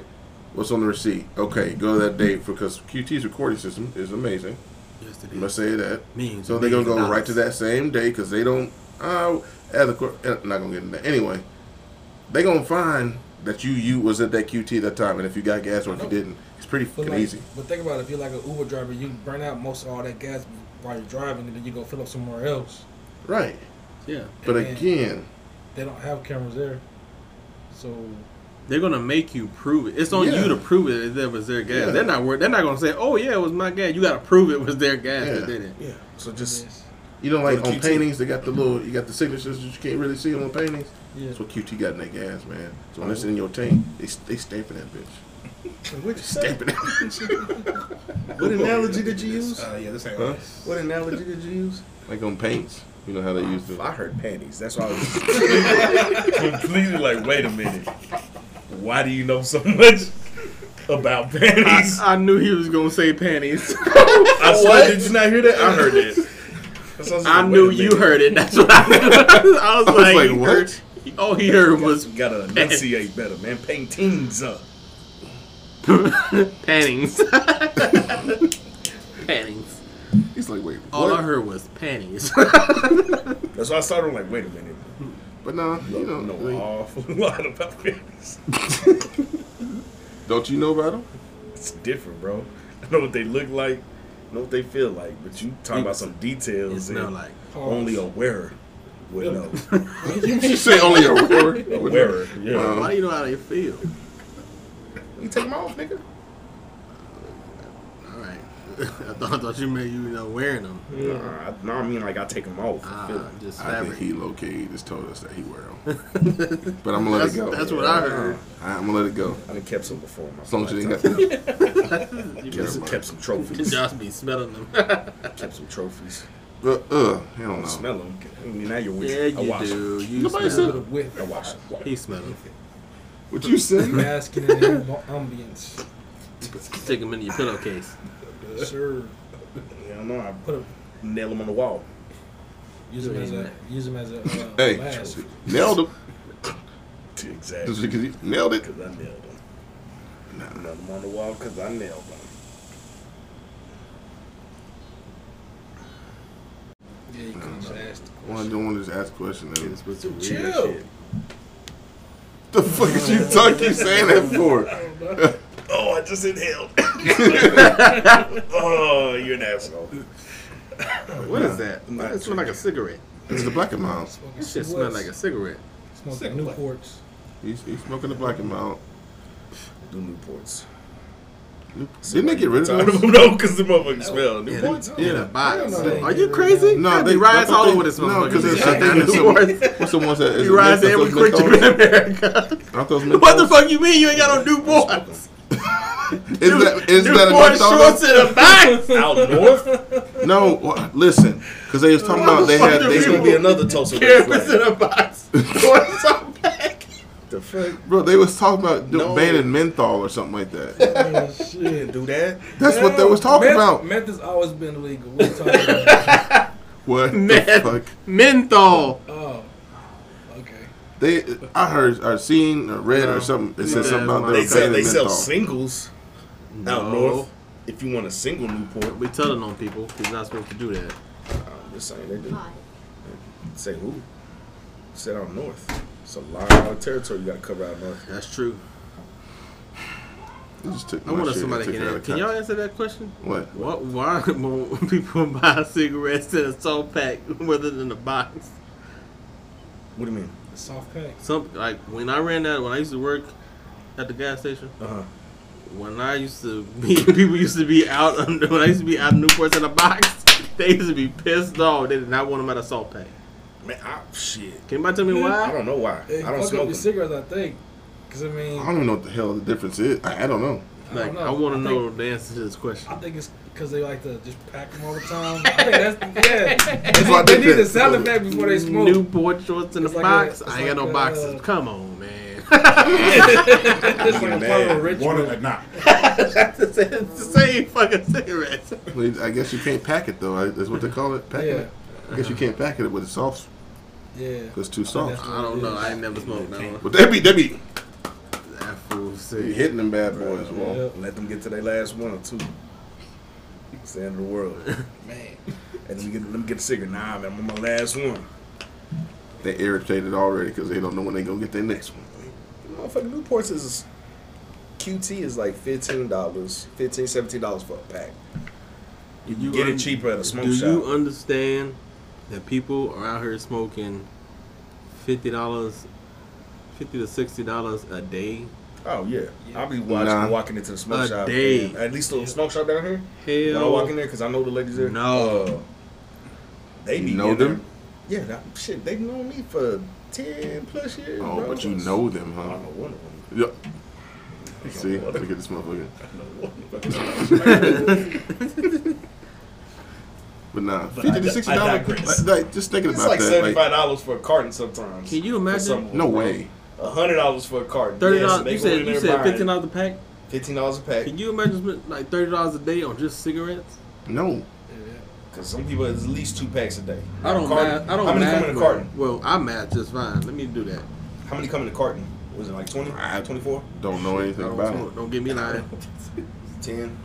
Speaker 2: What's on the receipt? Okay, go to that date because QT's recording system is amazing.
Speaker 1: Yes,
Speaker 2: I must say that.
Speaker 1: Means
Speaker 2: So they're gonna
Speaker 1: millions of
Speaker 2: go right to
Speaker 1: dollars.
Speaker 2: that same day because they don't. Uh, as a, cor- uh, not gonna get into that anyway. They gonna find that you you was at that QT that time, and if you got gas or if you didn't, it's pretty
Speaker 6: But,
Speaker 2: fucking
Speaker 6: like,
Speaker 2: easy.
Speaker 6: but think about it, if you're like an Uber driver, you burn out most of all that gas while you're driving, and then you go fill up somewhere else.
Speaker 2: Right.
Speaker 1: Yeah.
Speaker 2: But
Speaker 6: And-
Speaker 2: again,
Speaker 6: They don't have cameras there, so
Speaker 1: They're gonna make you prove it. It's on
Speaker 2: Yeah.
Speaker 1: you to prove it that it was their gas.
Speaker 2: Yeah.
Speaker 1: They're not worried. They're not gonna say, "Oh yeah, it was my gas." You gotta prove it was their gas
Speaker 2: Yeah.
Speaker 1: that did it.
Speaker 4: Yeah. So
Speaker 6: it
Speaker 4: just
Speaker 6: is.
Speaker 2: You know, like
Speaker 8: Little
Speaker 2: on
Speaker 8: QT.
Speaker 2: paintings, they got the little, you got the signatures that you can't really see on paintings. Oh.
Speaker 6: Yeah.
Speaker 2: That's what QT got in that gas, man. So when it's in your tank, they they stamping that bitch.
Speaker 6: What you say?
Speaker 2: Stamping that.
Speaker 8: What analogy did you use?
Speaker 3: Uh, yeah, this ain't
Speaker 2: Huh?
Speaker 8: What analogy did you use? Ah,
Speaker 2: Like on paints, you know how they use the.
Speaker 4: I heard panties. That's why I was completely like, wait a minute. Why do you know so much about panties?
Speaker 1: I, I knew he was gonna say panties.
Speaker 4: I swear, did you not hear that? I heard that. That's why was
Speaker 1: I
Speaker 4: like,
Speaker 1: knew
Speaker 4: wait a
Speaker 1: you
Speaker 4: minute.
Speaker 1: heard it. That's what I knew. I was,
Speaker 2: I
Speaker 1: like,
Speaker 2: was
Speaker 1: he
Speaker 2: like,
Speaker 1: heard-
Speaker 2: what?
Speaker 1: all he heard was
Speaker 4: Gotta enunciate better, man. Paintings up.
Speaker 1: pannings. pannings.
Speaker 2: He's like, wait, what?
Speaker 1: All I heard was panties.
Speaker 4: That's why I started I'm like, wait a minute.
Speaker 2: But no, you
Speaker 4: You
Speaker 2: know,
Speaker 4: know
Speaker 2: like,
Speaker 4: an awful lot about panties.
Speaker 2: don't you know about them?
Speaker 4: It's different, bro. I know what they look like, I know what they feel like, but you talking about some
Speaker 1: it
Speaker 4: details
Speaker 1: smelled
Speaker 4: and
Speaker 1: like
Speaker 4: only a wearer would know.
Speaker 2: You say only a word.
Speaker 4: A wearer,
Speaker 2: Wow.
Speaker 4: yeah.
Speaker 1: Why do you know how they feel?
Speaker 4: You take them off, nigga.
Speaker 1: All right. I thought, I thought you meant you know wearing them.
Speaker 4: Nah, I, no, I mean like I take them off.
Speaker 1: Ah,
Speaker 4: Feel it.
Speaker 1: just
Speaker 2: I think
Speaker 1: fabric.
Speaker 2: he located just told us that he wear 'em. but I'm gonna let
Speaker 1: That's-
Speaker 2: it go.
Speaker 1: that's what I heard.
Speaker 2: I'm gonna let it go.
Speaker 4: I done kept some before. My
Speaker 2: As long as you didn't
Speaker 4: lifetime.
Speaker 2: got
Speaker 4: kept, some, kept some trophies.
Speaker 1: Josh be smelling them.
Speaker 4: kept some trophies.
Speaker 2: uh, uh, I don't
Speaker 4: I
Speaker 2: know.
Speaker 4: smell them. I mean, now you're with
Speaker 1: yeah,
Speaker 4: I
Speaker 1: you
Speaker 4: wash 'em.
Speaker 1: do. You
Speaker 2: Nobody
Speaker 1: smell
Speaker 6: Little
Speaker 2: said-
Speaker 6: bit of
Speaker 4: I
Speaker 6: whiff.
Speaker 4: wash 'em.
Speaker 1: them. He smell them.
Speaker 2: What you said?
Speaker 6: Basking in the ambience.
Speaker 1: Stick them in your pillowcase.
Speaker 6: Sure.
Speaker 4: Yeah, I know. I
Speaker 6: Put a,
Speaker 4: nail them on the wall.
Speaker 6: use them as a use them as a uh,
Speaker 2: hey,
Speaker 6: mask.
Speaker 2: nailed him.
Speaker 4: Exactly.
Speaker 2: Just because you nailed it.
Speaker 4: Because I nailed them. Nailed them on the wall because I nailed them.
Speaker 6: Yeah, you can just ask. the
Speaker 2: Well, I
Speaker 6: question.
Speaker 2: don't want to just ask a question. though.
Speaker 1: This was some weird
Speaker 6: Chill.
Speaker 1: shit.
Speaker 2: The fuck is you talking? You saying that for?
Speaker 4: Oh, I just inhaled. oh, you're an asshole.
Speaker 1: What is that?
Speaker 4: I'm not
Speaker 1: It smell like a cigarette.
Speaker 2: It's the black and mild.
Speaker 6: Smoking
Speaker 1: This shit
Speaker 6: Newports.
Speaker 1: smell like a cigarette.
Speaker 6: smoking Newports.
Speaker 2: He's, he's smoking the black and mild.
Speaker 4: Do Newports.
Speaker 2: Didn't they get rid of
Speaker 4: Tired of
Speaker 2: them?
Speaker 4: them? No, because the motherfuckers smell.
Speaker 1: Yeah,
Speaker 4: Newports.
Speaker 1: in a box.
Speaker 6: Hell no.
Speaker 1: Are you crazy?
Speaker 2: No,
Speaker 1: they
Speaker 2: they
Speaker 1: rise all over this
Speaker 2: No,
Speaker 1: motherfucker.
Speaker 2: because
Speaker 1: Shit.
Speaker 2: I think it's
Speaker 1: Newports.
Speaker 2: some, what's the ones that
Speaker 1: We rise to every creature in America.
Speaker 2: Aren't those
Speaker 1: what the
Speaker 2: menthols?
Speaker 1: fuck you mean you ain't got no newborns?
Speaker 2: Is that is that a
Speaker 1: Newborn shorts
Speaker 2: menthol?
Speaker 1: in a box.
Speaker 4: Out north,
Speaker 2: No, wha- listen, because they was talking about they
Speaker 1: What the
Speaker 2: had
Speaker 1: fuck
Speaker 2: they
Speaker 4: there's gonna be another Tulsa Red
Speaker 1: Carapace
Speaker 4: flag.
Speaker 1: in a box. Shorts on back.
Speaker 4: The fuck?
Speaker 2: Bro, they was talking about
Speaker 4: No.
Speaker 2: banning menthol or something like that.
Speaker 6: Oh, shit.
Speaker 4: Do that?
Speaker 2: That's what they was talking
Speaker 6: meth,
Speaker 2: about.
Speaker 6: Meth has always been illegal. What are you talking about?
Speaker 2: What the
Speaker 1: Meth.
Speaker 2: fuck?
Speaker 1: Menthol.
Speaker 6: oh, okay.
Speaker 2: They, I heard, or seen, or read, or something. It said
Speaker 1: Yeah,
Speaker 2: something about
Speaker 1: they
Speaker 2: they
Speaker 4: They
Speaker 2: were
Speaker 4: sell,
Speaker 2: banning
Speaker 4: they sell
Speaker 2: menthol.
Speaker 4: singles out north. If you want a single Newport,
Speaker 1: We telling on people. He's not supposed to do that.
Speaker 4: I'm just saying they do. Say who? Said out north. It's a lot of territory you gotta cover out north.
Speaker 1: That's true.
Speaker 2: They just took
Speaker 1: I
Speaker 2: my
Speaker 1: wonder
Speaker 2: shit
Speaker 1: if
Speaker 2: and
Speaker 1: somebody
Speaker 2: took
Speaker 1: can.
Speaker 2: it out
Speaker 1: Answer.
Speaker 2: of
Speaker 1: Can y'all
Speaker 2: context.
Speaker 1: answer that question?
Speaker 2: What?
Speaker 1: What? Why won't people buy cigarettes in a soul pack rather than a box?
Speaker 4: What do you mean?
Speaker 6: The soft pack.
Speaker 1: Some like when I ran that when I used to work at the gas station.
Speaker 4: Uh huh.
Speaker 1: When I used to be, people used to be out under. When I used to be out in Newports in a box, they used to be pissed off. They did not want them at a salt pack.
Speaker 4: Man, I, shit.
Speaker 1: Can anybody tell me
Speaker 4: I
Speaker 1: why?
Speaker 4: don't know why.
Speaker 6: It
Speaker 4: I
Speaker 6: fuck
Speaker 4: don't
Speaker 6: up
Speaker 4: smoke
Speaker 6: your
Speaker 4: them.
Speaker 6: cigarettes, I think. Because, I mean,
Speaker 2: I don't even know what the hell the difference is. I, I don't know.
Speaker 1: Like
Speaker 6: know.
Speaker 1: I want to
Speaker 6: I
Speaker 1: know the answer to this
Speaker 6: I
Speaker 1: question.
Speaker 6: think it's because they like to just pack them all the time. I think that's, yeah. They,
Speaker 2: why I
Speaker 6: need- they
Speaker 2: did
Speaker 6: need
Speaker 2: that.
Speaker 6: the sound effect before they smoke.
Speaker 1: Newport shorts in a
Speaker 6: It's like
Speaker 1: box.
Speaker 6: a-
Speaker 1: I
Speaker 6: it's
Speaker 1: ain't got
Speaker 6: like
Speaker 1: no
Speaker 6: a- uh,
Speaker 1: boxes. Come on, man.
Speaker 6: It's like a part of a
Speaker 3: it. Wanted or
Speaker 6: ritual.
Speaker 3: not.
Speaker 1: That's the same, it's the same fucking cigarettes.
Speaker 2: Well, I guess you can't pack it though. I, that's what they call it. Packing
Speaker 6: Yeah.
Speaker 2: it. I guess you can't pack it with the soft
Speaker 6: Yeah.
Speaker 2: because it's too soft.
Speaker 6: that's-
Speaker 1: I don't know. I ain't never smoked that one.
Speaker 2: But they be they be
Speaker 1: That fool
Speaker 2: they be
Speaker 1: said.
Speaker 2: hitting them bad boys. Well,
Speaker 6: Yeah.
Speaker 4: Let them get to their last one or two. It's the end of the world.
Speaker 6: Man.
Speaker 4: And let me get let me get a cigarette. Nah, man, I'm on my last one.
Speaker 2: they irritated already because they don't know when they gonna get their next one.
Speaker 4: Motherfucking Newports is QT is like fifteen dollars, fifteen seventeen dollars for a pack. You,
Speaker 1: You
Speaker 4: can get
Speaker 1: un-
Speaker 4: it cheaper at a smoke
Speaker 1: Do
Speaker 4: shop.
Speaker 1: you understand that people are out here smoking fifty dollars, fifty to sixty dollars a day?
Speaker 4: oh yeah,
Speaker 6: Yeah.
Speaker 4: I'll be watching
Speaker 2: Nah.
Speaker 4: walking into the smoke
Speaker 1: A
Speaker 4: shop.
Speaker 1: day.
Speaker 4: and At least the little smoke shop down here. When I
Speaker 1: Hell,
Speaker 4: walk in there, cause I know the ladies there.
Speaker 1: No.
Speaker 4: uh, They
Speaker 2: You
Speaker 4: be
Speaker 2: know
Speaker 4: in there.
Speaker 2: them?
Speaker 4: Yeah, that, shit, they know me for ten plus years.
Speaker 2: Oh,
Speaker 4: bro.
Speaker 2: but you know them,
Speaker 5: I
Speaker 2: huh?
Speaker 5: know one of them.
Speaker 2: Yep. See,
Speaker 5: I know
Speaker 2: look
Speaker 5: one
Speaker 2: at this motherfucker.
Speaker 5: of them.
Speaker 2: But nah,
Speaker 4: But
Speaker 2: fifty
Speaker 4: I
Speaker 2: to
Speaker 4: di-
Speaker 2: sixty
Speaker 4: I
Speaker 2: dollars.
Speaker 4: digress.
Speaker 2: Like, like, just thinking
Speaker 4: It's
Speaker 2: about
Speaker 4: like
Speaker 2: that.
Speaker 4: seventy
Speaker 2: Like,
Speaker 4: five dollars for a carton sometimes.
Speaker 1: Can you
Speaker 4: for
Speaker 1: imagine?
Speaker 4: someone,
Speaker 2: no
Speaker 4: bro.
Speaker 2: way.
Speaker 4: A hundred dollars for a carton.
Speaker 1: Thirty
Speaker 4: Yeah,
Speaker 1: dollars.
Speaker 4: so they
Speaker 1: you
Speaker 4: go in
Speaker 1: said you
Speaker 4: there
Speaker 1: said
Speaker 4: buying
Speaker 1: fifteen dollars a pack.
Speaker 4: fifteen dollars a pack.
Speaker 1: Can you imagine spending like thirty dollars a day on just cigarettes?
Speaker 2: No.
Speaker 4: Because some people it's at least two packs a day.
Speaker 1: I don't.
Speaker 4: Carton-
Speaker 1: Math, I don't.
Speaker 4: How many
Speaker 1: math
Speaker 4: come in a
Speaker 1: well.
Speaker 4: carton?
Speaker 1: Well, I math just fine. Let me do that.
Speaker 4: How many come in a carton? Was it like 20, 24,
Speaker 2: Don't know
Speaker 1: I
Speaker 2: anything
Speaker 1: don't,
Speaker 2: about it.
Speaker 1: smoke. don't get me lying.
Speaker 4: 10?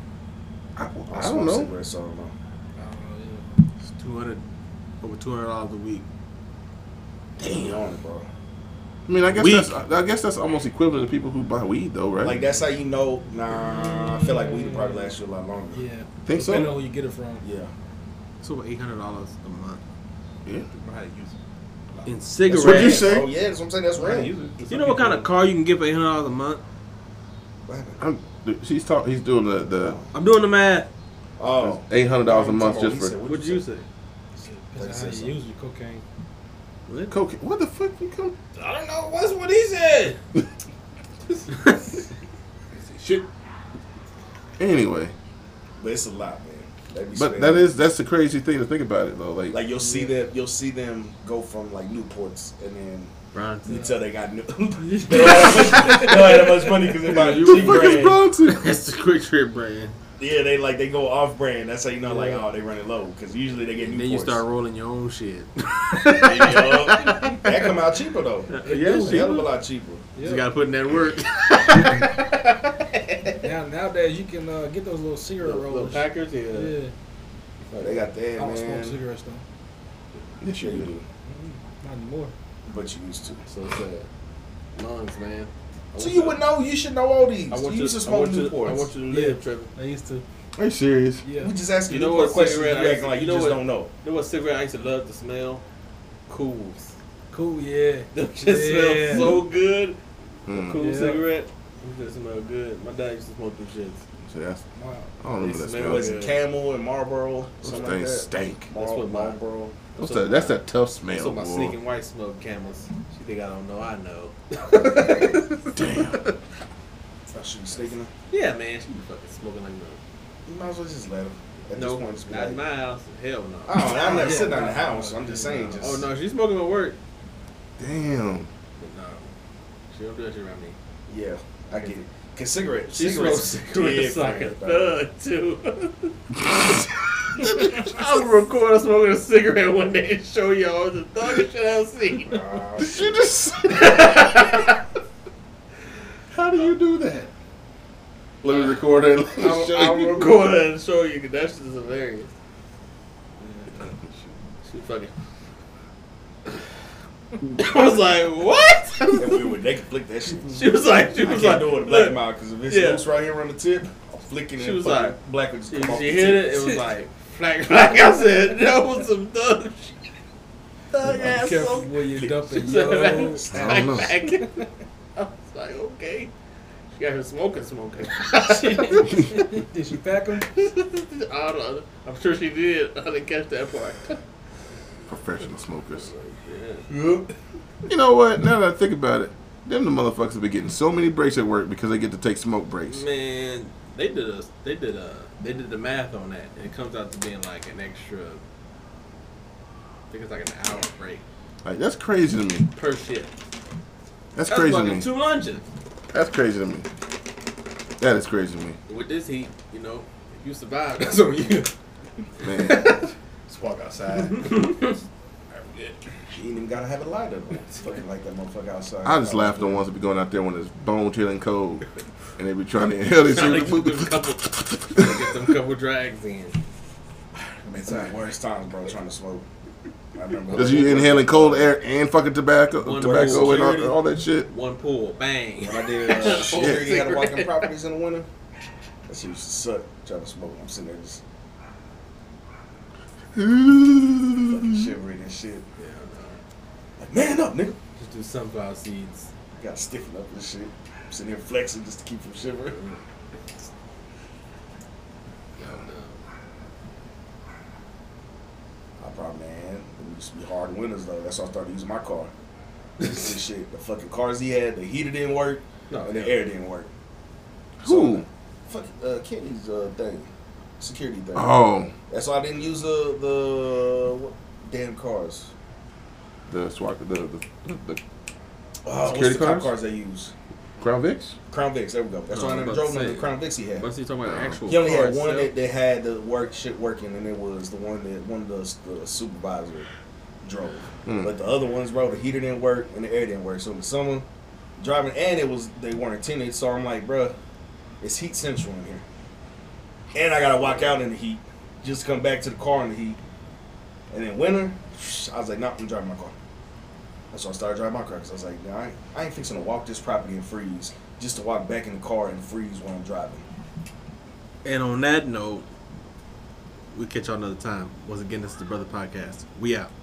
Speaker 2: I,
Speaker 4: I
Speaker 2: I
Speaker 4: smoke
Speaker 2: don't know.
Speaker 4: cigarettes, so I don't know.
Speaker 1: It's two hundred over two hundred dollars a week.
Speaker 4: Damn, bro.
Speaker 2: I mean, I guess
Speaker 1: Weak.
Speaker 2: that's I guess that's almost equivalent to people who buy weed, though, right?
Speaker 4: Like that's how you know. Nah, I feel like weed will probably last you a lot longer.
Speaker 6: Yeah.
Speaker 2: Think so?
Speaker 6: Depending on who you get it from.
Speaker 4: Yeah.
Speaker 1: It's over eight hundred dollars a month
Speaker 2: Yeah.
Speaker 5: I had to use it.
Speaker 1: in
Speaker 4: That's
Speaker 1: cigarettes.
Speaker 2: What'd you
Speaker 4: rare,
Speaker 2: say?
Speaker 4: bro. Yeah, that's what I'm saying. That's
Speaker 5: I had to
Speaker 4: rare.
Speaker 5: use it.
Speaker 1: You know what kind of car you can get for eight hundred dollars a month?
Speaker 2: I'm, she's talk, He's doing the the
Speaker 1: I'm doing the math.
Speaker 4: Oh,
Speaker 2: eight hundred dollars a month
Speaker 4: Come on,
Speaker 2: just
Speaker 4: he
Speaker 2: for
Speaker 4: said,
Speaker 1: What'd you say?
Speaker 4: Like I
Speaker 6: Depends on
Speaker 4: said,
Speaker 6: how
Speaker 4: so.
Speaker 6: you use your cocaine.
Speaker 2: cocaine. What the fuck you come?
Speaker 4: I don't know. What's Oh, what he said?
Speaker 2: Shit. Anyway,
Speaker 4: But it's a lot, man. They be
Speaker 2: but
Speaker 4: spending-
Speaker 2: that is that's the crazy thing to think about it though. Like,
Speaker 4: like you'll see them. You'll see them go from like Newports, and then
Speaker 1: Bronson.
Speaker 4: until they got new. they don't have that much money because they buy
Speaker 1: The
Speaker 2: the
Speaker 4: cheap
Speaker 2: fuck is
Speaker 4: brand.
Speaker 2: Bronson?
Speaker 1: That's the quick trip brand.
Speaker 4: Yeah, they like they go off brand. That's how you know, like,
Speaker 6: Yeah.
Speaker 4: oh, they running low because usually they get
Speaker 1: And
Speaker 4: new.
Speaker 1: then you start rolling your own shit.
Speaker 4: that come out cheaper though.
Speaker 1: yeah,
Speaker 4: It's a hell of a lot cheaper.
Speaker 1: You gotta put in that work.
Speaker 6: Now nowadays you can uh, get those little cigarette rollers.
Speaker 1: Packers,
Speaker 6: Yeah.
Speaker 4: Like, they got
Speaker 6: I
Speaker 4: that
Speaker 6: don't
Speaker 4: man.
Speaker 6: smoke cigarettes though.
Speaker 2: Yes, you
Speaker 4: Yeah, you
Speaker 2: do.
Speaker 4: do,
Speaker 6: Not anymore.
Speaker 4: but you used to.
Speaker 1: So sad. Lungs, man. I
Speaker 4: So
Speaker 1: want
Speaker 4: you would know. You should know all these.
Speaker 1: I want
Speaker 4: you used to
Speaker 1: I
Speaker 4: smoke
Speaker 1: want you-
Speaker 4: Newports.
Speaker 1: I want you to
Speaker 6: Yeah.
Speaker 1: live, Trevor.
Speaker 6: I used to.
Speaker 2: Are you serious?
Speaker 6: Yeah.
Speaker 4: We just asking
Speaker 1: You
Speaker 4: you
Speaker 1: know
Speaker 4: Newport
Speaker 1: what
Speaker 4: questions. You
Speaker 1: cigarette I used
Speaker 4: acting
Speaker 1: to-
Speaker 4: like
Speaker 1: you
Speaker 4: you
Speaker 1: know
Speaker 4: just
Speaker 1: what-
Speaker 4: don't know.
Speaker 1: There was a cigarette I used to love the smell. Cools.
Speaker 6: Cool. Yeah.
Speaker 1: Them just
Speaker 6: Yeah.
Speaker 1: smell so good.
Speaker 2: Mm.
Speaker 1: Cool
Speaker 6: Yeah.
Speaker 1: cigarette. Them just smell good. My dad used to smoke them shits.
Speaker 2: See, that's, I
Speaker 6: Wow.
Speaker 2: don't remember
Speaker 1: It
Speaker 2: that
Speaker 4: It
Speaker 1: smells
Speaker 2: smell.
Speaker 4: was
Speaker 1: good.
Speaker 4: Camel and Marlboro.
Speaker 2: Those
Speaker 4: Something like
Speaker 2: things
Speaker 4: that.
Speaker 2: stink.
Speaker 1: That's
Speaker 4: Marl-
Speaker 1: what my-
Speaker 4: Marlboro.
Speaker 2: That's, that, that's that tough smell.
Speaker 1: So my
Speaker 2: boy.
Speaker 1: sneaking white smoke camels. She think I don't know. I know.
Speaker 4: I should be sticking them.
Speaker 1: Yeah, man. She be fucking smoking like
Speaker 4: You might as well just let them. At
Speaker 1: no. No,
Speaker 4: this point, just be
Speaker 1: not in
Speaker 4: like,
Speaker 1: my house. Hell no.
Speaker 4: I don't know, I'm never
Speaker 6: Yeah.
Speaker 4: sitting out in the house. I'm just saying. Just,
Speaker 1: Oh no, she's smoking at work.
Speaker 2: Damn.
Speaker 1: But no, she don't do that shit around me.
Speaker 4: Yeah, I get it. Cause cigarettes,
Speaker 1: She smokes cigarettes
Speaker 4: cigarettes,
Speaker 1: like
Speaker 4: dead
Speaker 1: a
Speaker 4: for everybody.
Speaker 1: thug too. I was recording smoking a cigarette one day and show y'all the thuggest shit I've seen.
Speaker 4: Nah,
Speaker 2: Did you just? How do you do that? Let me record it. Let me
Speaker 1: I'll,
Speaker 2: show
Speaker 1: I'll
Speaker 2: you.
Speaker 1: record it and show you 'cause that shit is hilarious. She fucking. I was like, what?
Speaker 4: if we would, they could flick that shit.
Speaker 1: she was like, she
Speaker 4: I
Speaker 1: was like,
Speaker 4: can't do it with a
Speaker 1: look,
Speaker 4: black mouth because if it's
Speaker 1: Yeah.
Speaker 4: loose right here on the tip, I'm flicking it.
Speaker 1: She was
Speaker 4: fucking
Speaker 1: like-
Speaker 4: black would just
Speaker 1: Did
Speaker 4: come off
Speaker 1: you
Speaker 4: the
Speaker 1: hit
Speaker 4: tip.
Speaker 1: it? It was like flack, like I said, that was some thug shit. Thug
Speaker 6: Be
Speaker 1: ass
Speaker 6: careful
Speaker 1: smoke.
Speaker 6: where you dump it,
Speaker 1: She said,
Speaker 6: yo.
Speaker 1: "Man,
Speaker 2: I don't know.
Speaker 1: flack, flack." I was like, okay. She got her smoking, smoking.
Speaker 6: Did she pack them?
Speaker 1: I don't know. I'm sure she did. I didn't catch that part.
Speaker 2: Professional smokers.
Speaker 4: Yep.
Speaker 2: You know what? Now that I think about it, them the motherfuckers have been getting so many breaks at work because they get to take smoke breaks.
Speaker 1: Man, they did a, they did a, they did the math on that, and it comes out to being like an extra. I think it's like an hour break
Speaker 2: Like that's crazy to me.
Speaker 1: per shift.
Speaker 2: That's crazy to
Speaker 1: fucking
Speaker 2: me.
Speaker 1: two lunches.
Speaker 2: That's crazy to me. That is crazy to me.
Speaker 1: With this heat, you know, if you survive, that's on you.
Speaker 2: Man.
Speaker 5: Just walk outside.
Speaker 4: You ain't even gotta have a light up. It's fucking like that motherfucker outside.
Speaker 2: I just laughed on ones that be going out there when it's bone chilling cold and they be trying to inhale this
Speaker 1: Trying
Speaker 2: shit.
Speaker 1: to get them couple, get them couple drags in.
Speaker 4: It's the worst times, bro, trying to smoke. I remember.
Speaker 2: Because you inhaling cold air and fucking tobacco,
Speaker 1: One
Speaker 2: tobacco
Speaker 1: whole
Speaker 2: and all,
Speaker 1: security.
Speaker 2: all that shit.
Speaker 1: One pull, bang.
Speaker 4: When I did uh,
Speaker 2: Shit.
Speaker 4: security had a walking properties in the winter, that shit used to suck. Trying to smoke, I'm sitting there just fucking
Speaker 2: Mm-hmm.
Speaker 4: shivering and shit.
Speaker 1: Yeah, no.
Speaker 4: Like, man up, nigga.
Speaker 1: Just do sunflower seeds.
Speaker 4: I gotta stiffen up and shit. I'm sitting here flexing just to keep from shivering.
Speaker 1: No, no.
Speaker 4: I probably man, hard winters though. That's why I started using my car. This shit, the fucking cars he had, the heater didn't work,
Speaker 1: Oh,
Speaker 6: No,
Speaker 4: and the
Speaker 6: yeah.
Speaker 4: air didn't work.
Speaker 2: Who?
Speaker 4: Fuck, uh, Kenny's uh, thing, security thing.
Speaker 2: Oh,
Speaker 4: That's why I didn't use the the what, damn cars.
Speaker 2: the swap, the the, the
Speaker 4: Oh, what's
Speaker 2: Security
Speaker 4: the cop
Speaker 2: cars?
Speaker 4: cars they use?
Speaker 2: Crown Vicks.
Speaker 4: Crown Vicks. There we go. That's
Speaker 1: No,
Speaker 4: why
Speaker 1: I
Speaker 4: I
Speaker 1: was
Speaker 4: never
Speaker 1: about
Speaker 4: drove
Speaker 1: to
Speaker 4: none of
Speaker 1: say.
Speaker 4: the Crown Vicks he had.
Speaker 1: But you talking about the actual.
Speaker 4: He only
Speaker 1: car
Speaker 4: had one
Speaker 1: itself?
Speaker 4: that, that had the work shit working, and it was the one that one of the, the supervisor drove.
Speaker 2: Hmm.
Speaker 4: But the other ones, bro, the heater didn't work and the air didn't work. So when someone driving, and it was they weren't tinted, so I'm like, bro, it's heat central in here, and I gotta walk out in the heat, just come back to the car in the heat, and in winter, I was like, nah, I'm driving my car. That's why I started driving my car because I was like, nah, I ain't, I ain't fixing to walk this property and freeze just to walk back in the car and freeze while I'm driving.
Speaker 1: And on that note, we catch y'all another time. Once again, this is the Brother Podcast. We out.